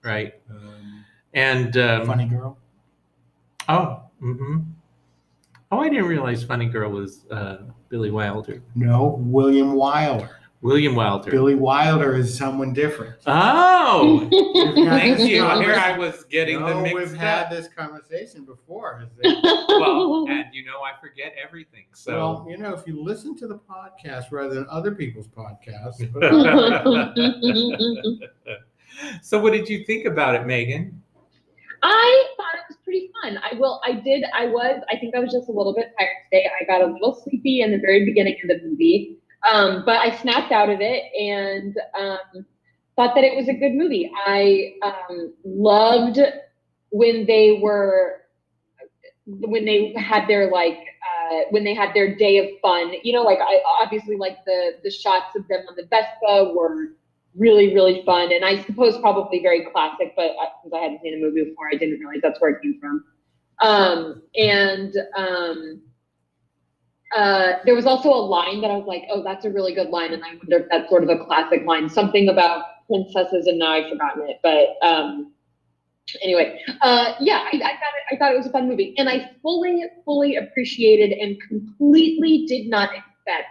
Right.
um,
And um,
Funny Girl.
Oh. Mm-hmm. Oh, I didn't realize Funny Girl was uh, Billy Wilder.
No, William Wilder.
William Wilder.
Billy Wilder is someone different. <laughs>
oh. Thank you.
No,
Here
we've-
I was getting
no,
the mixed
we've
up.
had this conversation before. is that-
<laughs>
well, and you know I forget everything. <laughs>
well,
So
you know, if you listen to the podcast rather than other people's podcasts,
<laughs>
<laughs>
so what did you think about it, Megan?
I thought it was pretty fun. I will. I did. I was. I think I was just a little bit tired today. I got a little sleepy in the very beginning of the movie, um, but I snapped out of it and um, thought that it was a good movie. I um, loved when they were when they had their like uh, when they had their day of fun. You know, like I obviously like the the shots of them on the Vespa were really really fun and i suppose probably very classic but uh, since i hadn't seen the movie before i didn't realize that's where it came from um, and um, uh, there was also a line that i was like oh that's a really good line and i wonder if that's sort of a classic line something about princesses and now i've forgotten it but um, anyway, uh, yeah, I, I thought it, I thought it was a fun movie, and I fully, fully appreciated and completely did not expect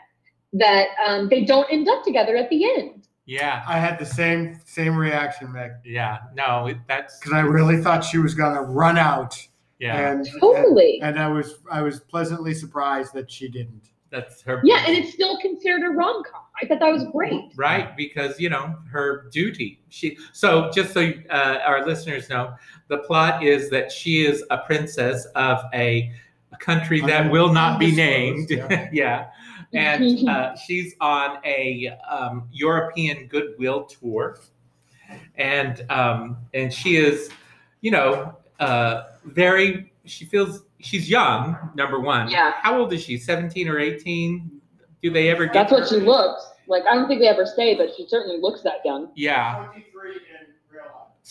that um, they don't end up together at the end.
Yeah.
I had the same same reaction, Meg,
Yeah. No, it, that's
because I really thought she was gonna run out,
yeah.
and
Totally.
and, and I was I was pleasantly surprised that she didn't.
That's her.
yeah, and it's still considered a rom com. I thought that was great.
right because you know her duty she so just so uh, our listeners know the plot is that she is a princess of a, a country that
Un-
will not be named
undisclosed,
yeah,
<laughs>
and uh, she's on a um, european goodwill tour and um, and she is you know uh, very she feels she's young number one
Yeah.
how old is she 17 or 18 do they ever get
That's what
her-
she looks like. I don't think they ever say, but she certainly looks that young.
yeah <laughs>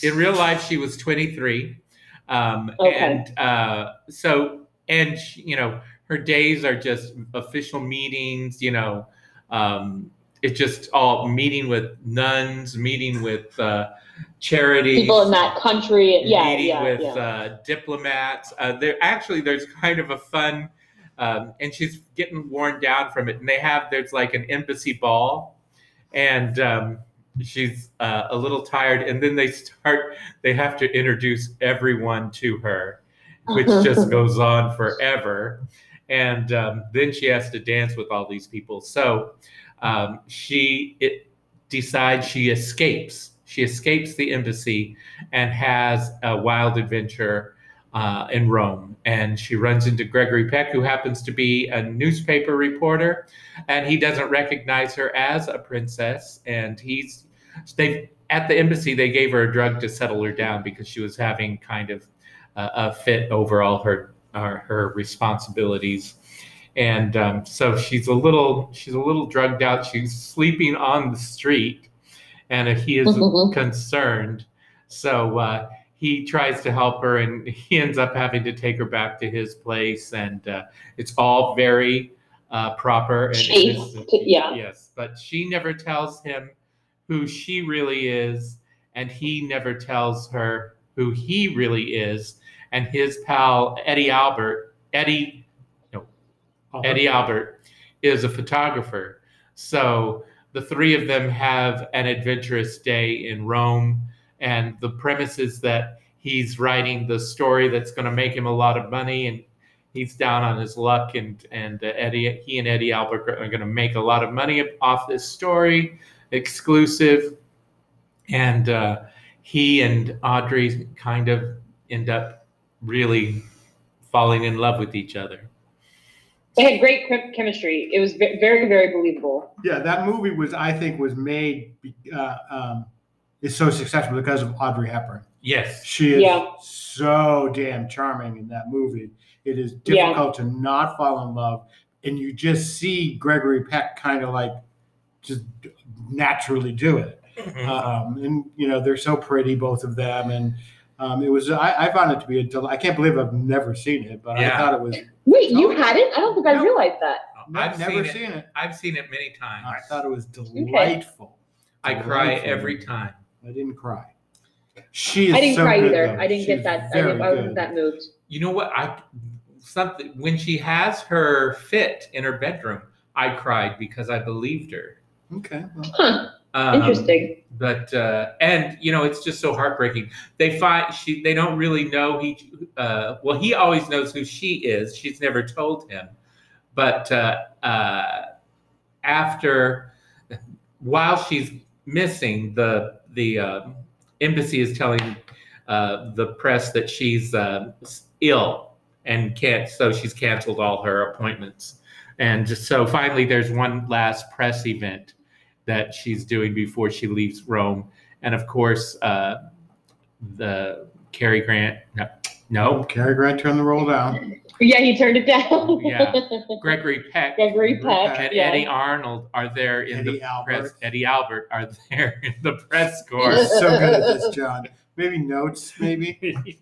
in real life she was 23 um,
Okay.
and uh, so and she, you know her days are just official meetings you know um, it's just all meeting with nuns meeting with uh, charities
People in that country, yeah,
meeting
yeah,
with
yeah.
Uh, diplomats uh, there actually there's kind of a fun um, and she's getting worn down from it and they have there's like an embassy ball and um, she's uh, a little tired and then they start they have to introduce everyone to her, which just goes on forever. And um, then she has to dance with all these people. So um, she it, decides she escapes. She escapes the embassy and has a wild adventure uh, in Rome. And she runs into Gregory Peck, who happens to be a newspaper reporter, and he doesn't recognize her as a princess. And he's they at the embassy they gave her a drug to settle her down because she was having kind of uh, a fit over all her her, her responsibilities and um, so she's a little she's a little drugged out she's sleeping on the street and he is
Mm-hmm. <laughs>
uh,
concerned so uh, he tries to help her and <laughs> he ends up having to take her back to his place and uh, it's all very uh, proper and
Safe.
innocent.
Yeah.
yes but she never tells him who she really is, and he never tells her who he really is. And his pal Eddie Albert, Eddie Eddie Albert, is a photographer. So the three of them have an adventurous day in Rome, and the premise is that he's writing the story that's going to make him a lot of money, and he's down on his luck, and and uh, Eddie, he and Eddie Albert are going to make a lot of money off this story exclusive. And uh, he and Audrey kind of end up really falling in love with each other.
They had great chem- chemistry. It was ve- very, very believable.
Yeah, that movie was I think was made be- uh, um, is so successful because of Audrey Hepburn.
Yes.
She is
Yeah.
so damn charming in that movie. It is
Yeah.
difficult to not fall in love, and you just see Gregory Peck kind of like just naturally do it.
Mm-hmm. Uh,
Um, and you know they're so pretty, both of them, and um, it was I, I found it to be a del- I can't believe I've never seen it, but I
Yeah.
thought it was.
Wait, you
No.
had it? I don't think I
No.
realized that.
I've never
seen
seen,
it.
it.
I've seen it many times.
I thought it was delightful.
I cry
Delightful.
every time.
I didn't cry. She is
I didn't
so
cry
good,
either.
though.
I didn't
She
get
is
that. I,
very
didn't, I wasn't
good.
that moved. <laughs>
You know what? I something when she has her fit in her bedroom, I cried because I believed her.
Okay. well,
Huh,
Um,
interesting.
but uh, and you know it's just so heartbreaking they find she they don't really know he uh, well he always knows who she is she's never told him but uh, uh, after while she's missing the the um embassy is telling uh, the press that she's uh, ill and can't so she's canceled all her appointments and just, so finally there's one last press event that she's doing before she leaves Rome. And of course, uh, the Cary Grant, no, no
Cary Grant turned the roll down.
Yeah, he turned it down. <laughs>
Yeah. Gregory Peck
Gregory Peck.
and
yeah.
Eddie Arnold are there in
Eddie
the press.
Albert.
Eddie Albert are <laughs> there in the
<laughs>
press
You're
corps.
so good at this, John. Maybe notes, maybe.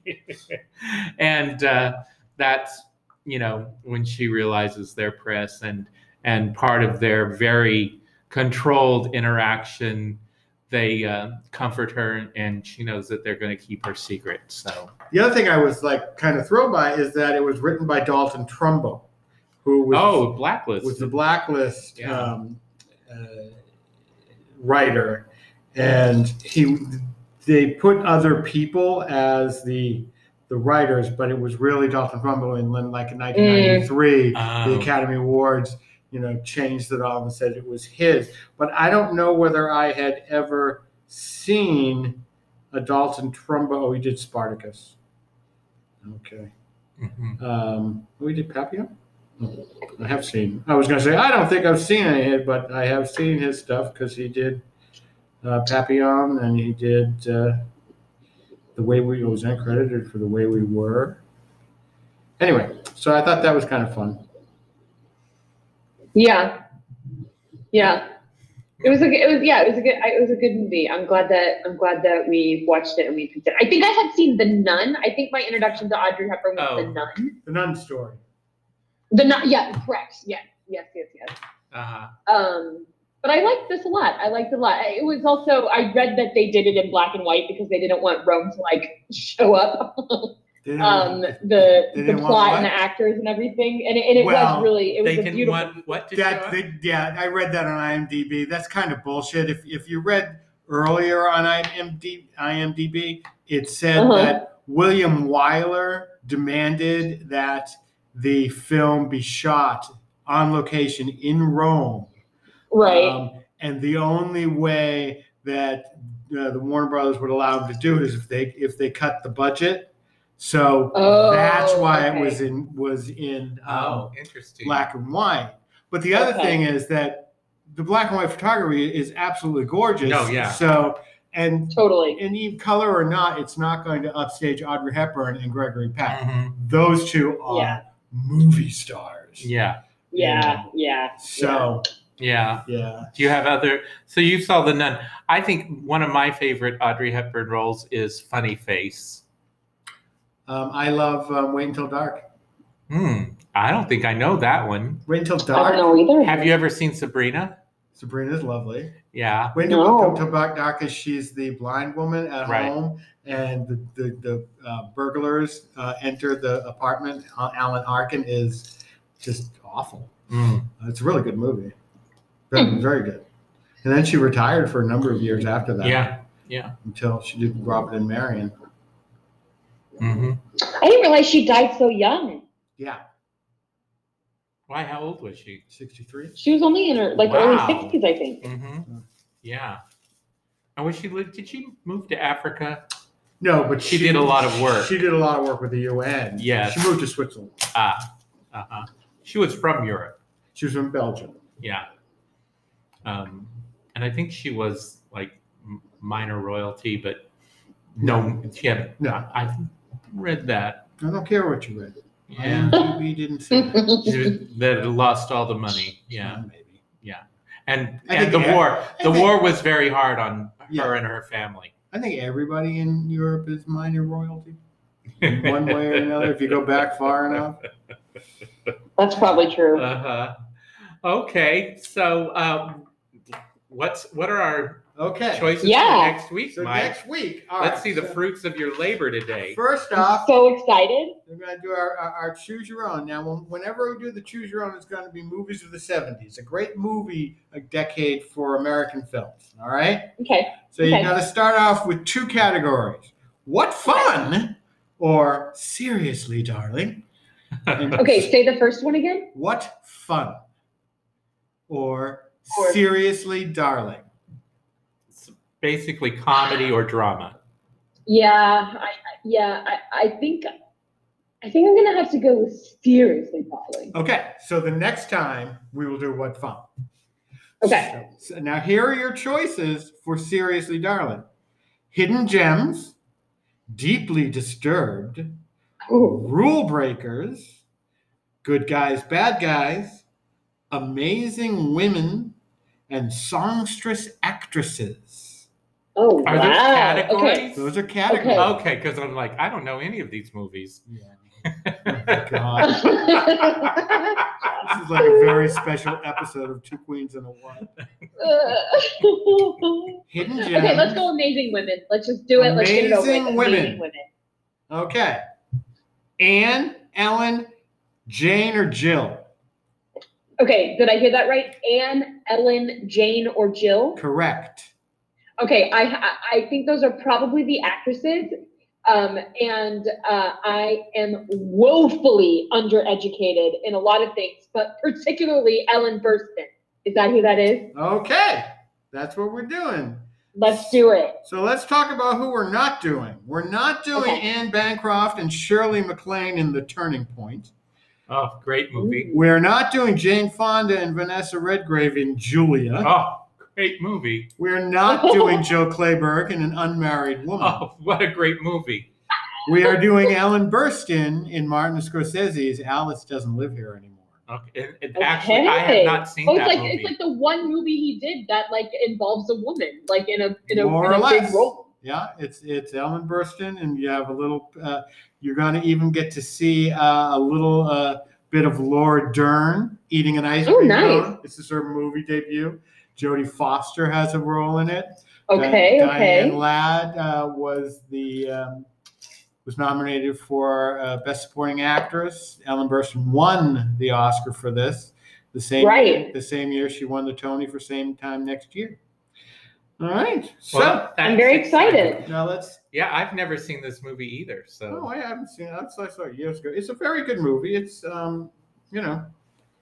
<laughs> and uh, that's you know when she realizes their press and and part of their very controlled interaction they uh, comfort her, and she knows that they're going to keep her secret. So
The other thing I was like kind of thrilled by is that it was written by Dalton Trumbo, who was
oh, blacklist.
was the blacklist
Yeah.
um, uh, writer, and he they put other people as the the writers, but it was really Dalton Trumbo. And then, like in 1993,
Oh.
the Academy Awards, you know, changed it all and said it was his. But I don't know whether I had ever seen a Dalton Trumbo. Oh, he did Spartacus. Okay.
Mhm.
Um, we did Papillon. No, I have seen. I was going to say I don't think I've seen any of it, but I have seen his stuff because he did uh, Papillon and he did uh, the way we was uncredited for the way we were. Anyway, so I thought that was kind of fun.
Yeah. Yeah. It was a good, it was yeah it was a good I- it was a good movie. I'm glad that I'm glad that we watched it and we picked it. I think I had seen The Nun. I think my introduction to Audrey Hepburn was
Oh.
The Nun.
The nun story.
The Nun. Yeah, correct. Yes, yes, yes, yes.
Uh-huh.
Um, but I liked this a lot. I liked it a lot. It was also I read that they did it in black and white because they didn't want Rome to like show up.
Did
Um, the
They
the
didn't want
plot and
what?
the actors and everything, and it, and it
Well,
was really it was
They
a
didn't
beautiful.
want what to show
that
up?
they, yeah, I read that on IMDb. That's kind of bullshit. If if you read earlier on IMDb, IMDb it said
Uh-huh.
that William Wyler demanded that the film be shot on location in Rome.
right.
Um, and the only way that uh, the Warner Brothers would allow him to do it is if they if they cut the budget. So
oh,
that's why it
okay.
was in was in um,
Oh, interesting.
black and white. But the other
Okay.
thing is that the black and white photography is absolutely gorgeous.
No, yeah.
So and
totally.
and even color or not, it's not going to upstage Audrey Hepburn and Gregory Peck.
Mhm.
Those two are
Mm. Yeah.
movie stars.
Yeah,
Yeah, yeah.
So
yeah.
yeah.
Do you have other? So you saw the nun. I think one of my favorite Audrey Hepburn roles is Funny Face.
Um, I love um, Wait Until Dark.
Hmm. I don't think I know that one.
Wait Until
I
Dark.
don't know either.
Have you ever seen Sabrina?
Sabrina's lovely.
Yeah.
Wait Until
No.
Until Dark is she's the blind woman at
Right.
home, and the the, the uh, burglars uh, enter the apartment. Uh, Alan Arkin is just awful.
Hmm.
It's a really good movie. Very, very good. And then she retired for a number of years after that.
Yeah.
Until she did Robin and Marion.
hmm
I didn't realize she died so young.
Yeah.
Why? How old was she?
63.
She was only in her like
Wow.
early sixties, I think. <laughs>
hmm Yeah. I wish she lived. Did she move to Africa?
No, but
She did a lot of work.
She did a lot of work with the UN.
Yes.
She moved to Switzerland.
Ah. Uh huh. She was from Europe.
She was from Belgium.
Yeah. Um, and I think she was like m- minor royalty, but no, she had.
No,
I read that.
I don't care what you read.
Yeah.
IMDb didn't say that.
She was- that lost all the money. <laughs> Yeah.
Maybe.
And,
I
and the
think ev-
war,
I
the
think-
war was very hard on
Yeah.
her and her family.
I think everybody in Europe is
<laughs>
minor royalty. in One way or another, if you go back far enough.
That's probably true.
Uh-huh. Okay. So, um, what's, what are our
Okay.
choices
Yeah.
for next week,
So
Mike?
next week. all
Let's
right,
see the
so
fruits of your labor
<laughs>
today.
First off,
I'm so excited.
We're gonna do our, our, our choose your own. Now, when- whenever we do the choose your own, it's gonna be movies of the '70s, a great movie a decade for American films. All right,
Okay.
so you
Okay.
gotta start off with two categories: what fun, or seriously, darling. And
Okay, say the first one again.
What fun, or
Or-
seriously, darling.
<laughs> Basically, comedy or drama.
Yeah, I, I- yeah, I, I think I think I'm gonna have to go with seriously darling.
Okay, so the next time we will do what fun.
Okay.
So, so now here are your choices for Seriously Darling Hidden Gems, Deeply Disturbed,
Ooh.
Rule Breakers, Good Guys, Bad Guys, Amazing Women, and Songstress Actresses.
Oh
Are those
wow. Okay. <laughs>
categories?
Those are categories.
Okay.
Okay, because I'm like, I don't know any of these movies.
Yeah. <laughs> Oh my God. This is like a very special episode of Two Queens and a One.
Uh,
Hidden gems.
Okay, let's go amazing women. Let's just do it. Let's get it over. with.
Amazing women.
Amazing women.
Okay. Anne, Ellen, Jane, or Jill?
Okay, did I hear that right? Anne, Ellen, Jane, or Jill?
Correct.
Okay, I I- I think those are probably the actresses. Um, and uh, I am woefully undereducated in a lot of things, but particularly Ellen Burstyn. Is that who that is?
Okay. That's what we're doing.
Let's do it.
So let's talk about who we're not doing. We're not doing
Okay.
Anne Bancroft and Shirley MacLaine in The Turning Point.
Oh,
Mm.
great movie.
We're not doing Jane Fonda and Vanessa Redgrave in Julia.
Oh, great movie.
We're
<laughs>
not doing Joe Clayburgh in An Unmarried Woman.
Oh, what a great movie.
We are doing Ellen Burstyn in Martin Scorsese's Alice Doesn't Live Here Anymore.
Okay. and- and Actually, I have
Mm-hmm. Okay.
not seen
Oh, it's
that
like
movie.
it's like the one movie he did that like involves a woman, like in a in a,
More
in
or
a
less.
big role.
Yeah, it's it's Ellen Burstyn, and you have a little. Uh, you're going to even get to see uh, a little uh, bit of Laura Dern eating an ice
Oh,
cream.
nice.
cone. This is her movie debut. Jodie Foster has a role in it.
Okay,
Di-
okay.
Diane Ladd uh, was the um, was nominated for uh, Best Supporting Actress. Ellen Burstyn won the Oscar for this. The same
Right.
the same year she won the Tony for same time next year. All right. So
Well,
I'm
that's
very excited.
now let's.
Yeah, I've never seen this movie either.
Oh,
So
I haven't seen it. That's I saw it years ago. It's a very good movie. It's um, you know,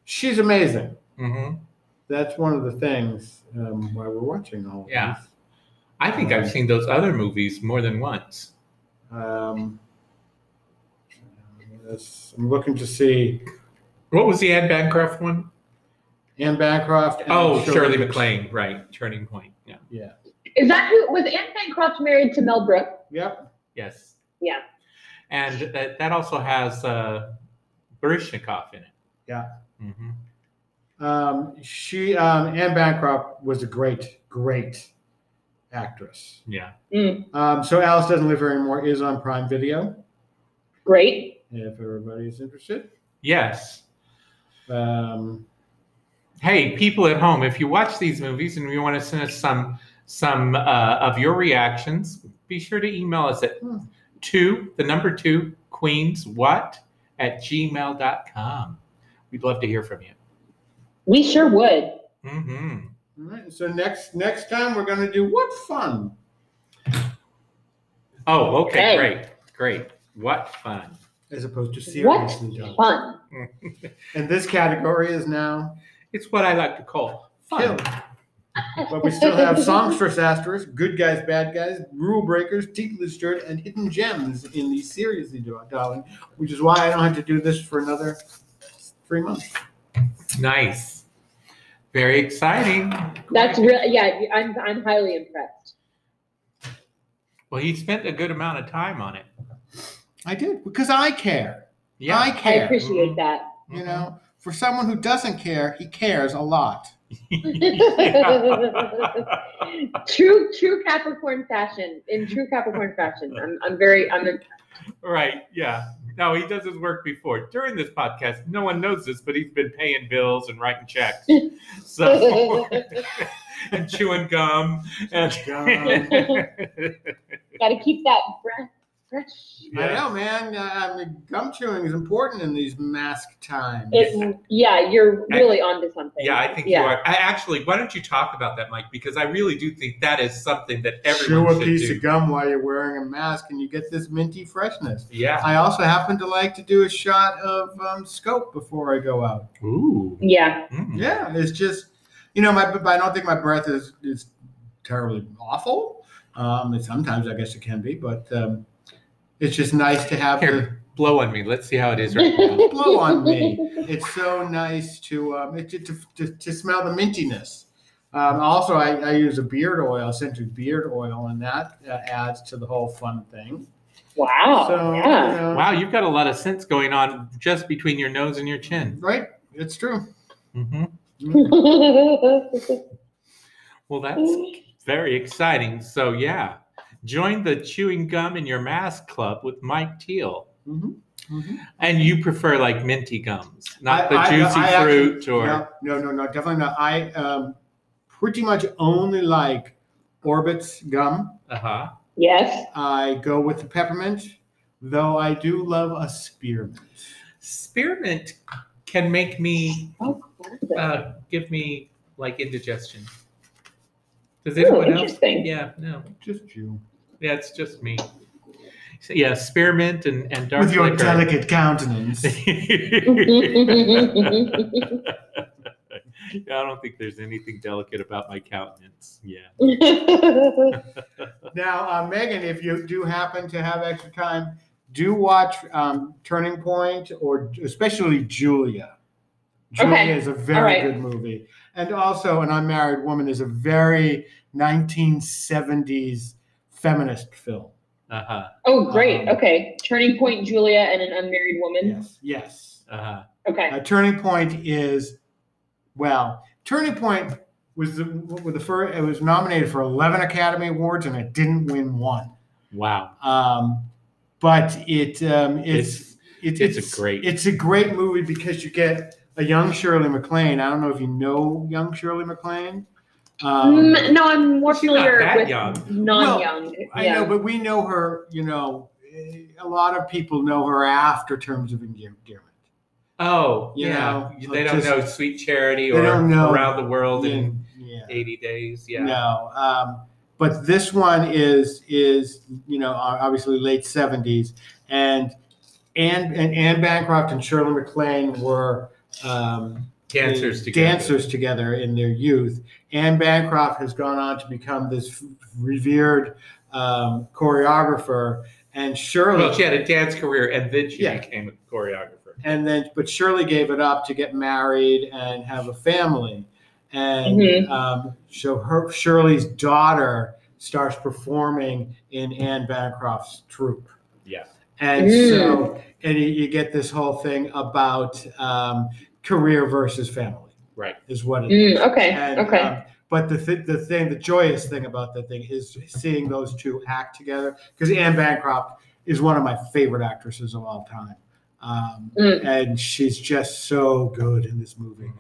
she's amazing.
Mhm.
That's one of the things um, why we're watching all of
Yeah.
these.
I think I've seen those other movies more than once.
Um, that's- I'm looking to see
What was the Anne Bancroft one?
Anne Bancroft. and
Oh, Shirley MacLaine, right? Turning Point. Yeah.
Yeah.
Is that who was Anne Bancroft married to Mel Brooks?
Yep.
Yes.
Yeah.
And that, that also has uh, Baryshnikov in it.
Yeah.
hmm
Um, she um, Anne Bancroft was a great, great actress.
Yeah.
Um, so Alice doesn't live here anymore is on Prime Video
Great.
if everybody's interested.
Yes.
Um,
Hey, people at home, if you watch these movies and you want to send us some some uh, of your reactions, be sure to email us at
Hmm.
two, the number two, queens what at gmail.com. We'd love to hear from you.
We sure would.
hmm
all right. So next next time we're going to do what fun.
Oh, okay,
Okay.
great, great. What fun.
As opposed to
What?
seriously done.
Fun.
And this category is now
It's what I like to call fun.
Kill. But we still <laughs> have Songstress Asterisk, Good Guys, Bad Guys, Rule Breakers, Teethless Dirt, and Hidden Gems in the Seriously Darling, which is why I don't have to do this for another three months.
Nice. Very exciting.
That's real. Yeah, I'm I'm highly impressed.
Well, he spent a good amount of time on it.
I did because I care.
Yeah.
I
I
care.
appreciate that. <laughs>
you know, for someone who doesn't care, he cares a lot.
true true Capricorn fashion. In true Capricorn fashion. I'm I'm very I'm
Mm-hmm. Right. Yeah. No, he does his work before. During this podcast, no one knows this, but he's been paying bills and writing checks.
<laughs>
So <laughs> and chewing gum
<laughs>
and
Um,
gotta keep that breath fresh.
I
Yeah.
know, man. Uh, I mean, gum chewing is important in these mask times.
It, yeah, you're
I-
really onto something.
Yeah, I think
Yeah.
you are. I actually, why don't you talk about that, Mike? Because I really do think that is something that
Chew
everyone
a
should
piece
do.
of gum while you're wearing a mask, and you get this minty freshness.
yeah.
I also happen to like to do a shot of um, scope before I go out.
Ooh.
Yeah.
Mm.
Yeah, it's just you know my but I don't think my breath is is terribly awful. Um, and sometimes I guess it can be, but um, it's just nice to have the
Here, blow on me. Let's see how it is
<laughs>
right now.
blow on me. It's so nice to um, it, to, to to smell the mintiness. Um, also, I, I use a beard oil, essentially beard oil, and that uh, adds to the whole fun thing.
Wow.
so
Oh, yeah.
you know,
wow, you've got a lot of sense going on just between your nose and your chin.
right? It's true. Mm-hmm,
hmm Well, that's Very exciting. So, yeah, join the Chewing Gum in Your Mask Club with Mike Teal.
Mhm.
And you prefer like minty gums, not
I-
the
I-
juicy
I actually-
fruit or.
no, no, no, no, definitely not. I um, pretty much only like Orbit's gum.
Uh huh.
<laughs> Yes.
I go with the peppermint, though I do love a spearmint.
Spearmint can make me
Oh, what is
<laughs>
it?
uh, <laughs> give me like indigestion. Does
Ooh,
anyone else?
interesting.
Yeah, no,
Just you.
yeah, it's just me. So, yeah, spearmint and and dark
With your
liquor.
delicate countenance.
<laughs> Yeah, I don't think there's anything delicate about my countenance. Yeah.
<laughs> Oh,
now, uh, Megan, if you do happen to have extra time, do watch um, Turning Point or especially Julia. Julia
Okay.
is a very
right.
good movie. And also, An Unmarried Woman is a very 1970s feminist film.
Uh huh.
oh, great.
Um,
Okay. Turning Point Julia and an Unmarried Woman.
Yes. Yes.
Uh huh.
Okay.
Uh, Turning Point is, well, Turning Point was the, was the first, it was nominated for 11 Academy Awards and it didn't win one.
Wow.
Um, but it, um, it's, it's,
it's a great-
it's a great movie because you get a young Shirley MacLaine. I don't know if you know young Shirley MacLaine. Um,
Mm, no, I'm more
She's not
familiar
that
with
young.
non-young.
I
yeah.
know, but we know her, you know, eh, a lot of people know her after Terms of Endearment.
Oh,
You
yeah.
know,
they
like
don't
just-
know Sweet Charity
They
or
don't know.
Around the World in
yeah.
80 Days. Yeah.
No, um, but this one is is you know o- obviously late seventies, and and and Anne Bancroft and Shirley MacLaine were um,
Dancers
the
together.
dancers together in their youth. Anne Bancroft has gone on to become this revered um, choreographer, and Shirley.
Well, she had a dance career and then she
Yeah.
became a choreographer.
and then but Shirley gave it up to get married and have a family. And
Mhm.
um, so her Shirley's daughter starts performing in Anne Bancroft's troupe.
Yeah.
And
Mm.
so and you, you get this whole thing about um, career versus family.
Right.
Is what it is.
Mm, okay.
And,
okay.
um, but the, th- the thing, the joyous thing about that thing is seeing those two act together because Anne Bancroft is one of my favorite actresses of all time. Um,
Mm.
And she's just so good in this movie.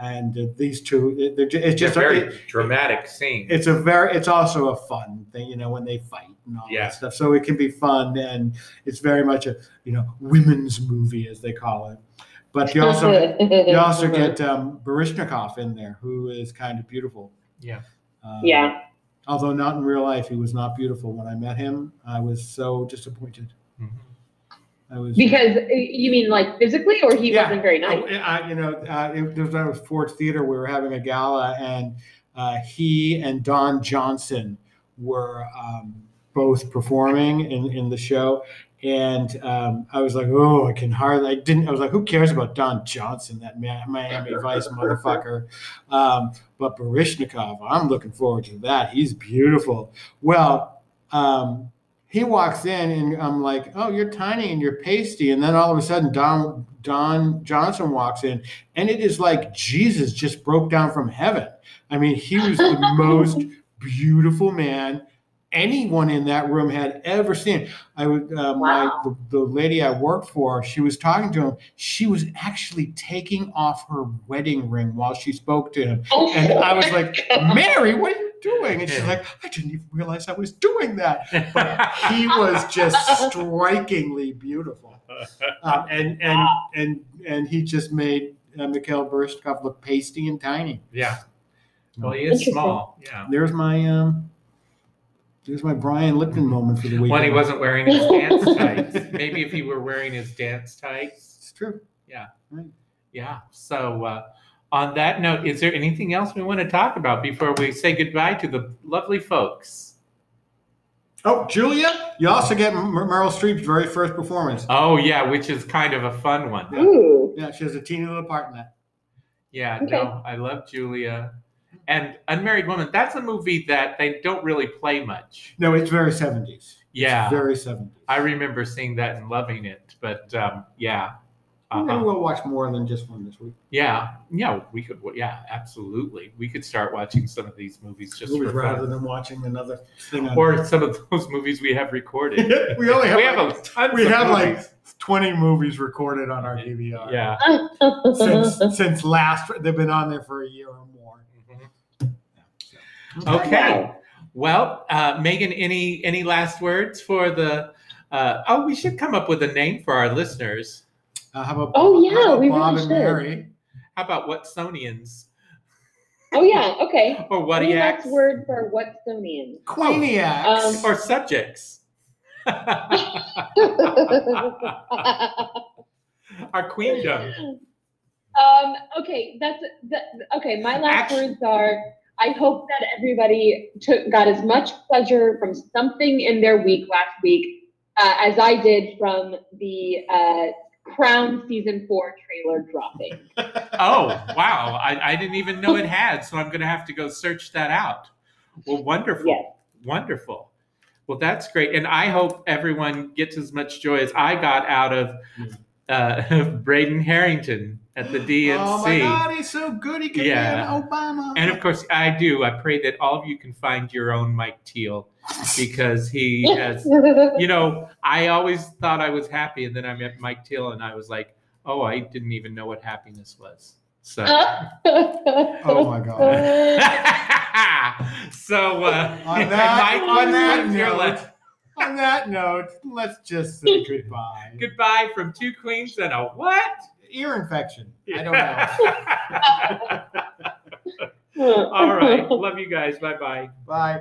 And uh, these two, it- they're, ju- it's
Just
just a,
very
it-
dramatic scene.
it's a very, it's also a fun thing, you know, when they fight and all
Yeah.
that stuff. So it can be fun and it's very much a, you know, women's movie as they call it. But you
<laughs>
also, you also get um, Barishnikov in there, who is kind of beautiful.
Yeah.
Um,
Yeah.
Although not in real life, he was not beautiful. When I met him, I was so disappointed.
Mhm.
I was
Because uh, you mean like physically, or he
Yeah.
wasn't very
Oh,
nice.
I, you know, uh, it, there was, I was Ford's Theater. We were having a gala, and uh, he and Don Johnson were um, both performing in, in the show. And um, I was like, oh, I can hardly. I didn't. I was like, who cares about Don Johnson, that Ma- Miami Vice motherfucker? Um, but Barishnikov, I'm looking forward to that. He's beautiful. Well, um, he walks in, and I'm like, "Oh, you're tiny and you're pasty." And then all of a sudden, Don Don Johnson walks in, and it is like Jesus just broke down from heaven. I mean, he was
<laughs>
Oh, the most beautiful man anyone in that room had ever seen. I would, uh,
Wow.
my the lady I worked for, she was talking to him. She was actually taking off her wedding ring while she spoke to him.
Oh,
And I was like,
<laughs> God.
Mary, what are you doing? And she's like, I didn't even realize I was doing that. But he was just strikingly beautiful. Um, and and and and he just made uh, Mikhail Baryshnikov look pasty and tiny.
<laughs> yeah. Well, he is
Interesting.
small. Yeah.
There's my um, there's my Brian Lipton moment for the weekend.
When he wasn't wearing his
<laughs>
dance tights. Maybe if he were wearing his dance tights.
It's true.
Yeah. So, uh, on that note, is there anything else we want to talk about before we say goodbye to the lovely folks?
Oh, Julia, you also get M- Meryl Streep's very first performance.
Oh, yeah, which is kind of a fun one.
Ooh.
Yeah, she has a teeny little part in that.
Yeah,
Okay.
no, I love Julia. And Unmarried Woman, that's a movie that they don't really play much.
No, it's very 70s. It's
Yeah.
very 70s.
I remember seeing that and loving it. But um, yeah.
Maybe
Uh-huh.
we'll watch more than just one this week.
Yeah. Yeah, we could. Yeah, absolutely. We could start watching some of these movies just
movies
for
rather
fun.
than watching another thing on
Or some of those <laughs> movies we have recorded.
<laughs> we only have,
we have
like,
a tons
we
of
have like
movies.
20 movies recorded on our DVR
yeah.
since since last they've been on there for a year or more
Okay.
Wow.
Well, uh, Megan, any any last words for the? Uh, oh, we should come up with a name for our listeners.
Uh, how about
Oh, yeah,
how about
we
Bob
really
and
should.
Mary?
How about Watsonians
<laughs> Oh yeah, okay.
or
I think
Whatiaks
that's word for <laughs>
<laughs>
Watsonian.
Queeniacs.
or subjects?
um,
our queendom.
Um, okay, that's that, okay. My last words are: I hope that everybody took got as much pleasure from something in their week last week uh, as I did from the uh, Crown season four trailer dropping.
Oh, wow. I, I didn't even know it had, so I'm going to have to go search that out. Well, wonderful.
Yes.
Wonderful. Well, that's great. And I hope everyone gets as much joy as I got out of uh, <laughs> Braden Harrington at the DNC.
Oh my God, he's so good. He could
Yeah.
be an Obama.
And of course, I do. I pray that all of you can find your own Mike Teal because
<laughs>
he
<laughs>
has you know, I always thought I was happy, and then I met Mike Till, and I was like, oh, I didn't even know what happiness was. So,
oh
<laughs>
my God.
<laughs>
<laughs>
so uh,
On
<laughs>
that-
Mike, what
on
is
that
on your
note.
list?
On that note, let's just say goodbye.
Goodbye from two queens and a what?
Ear infection. I don't know.
<laughs>
all right, love you guys. Bye bye.
Bye.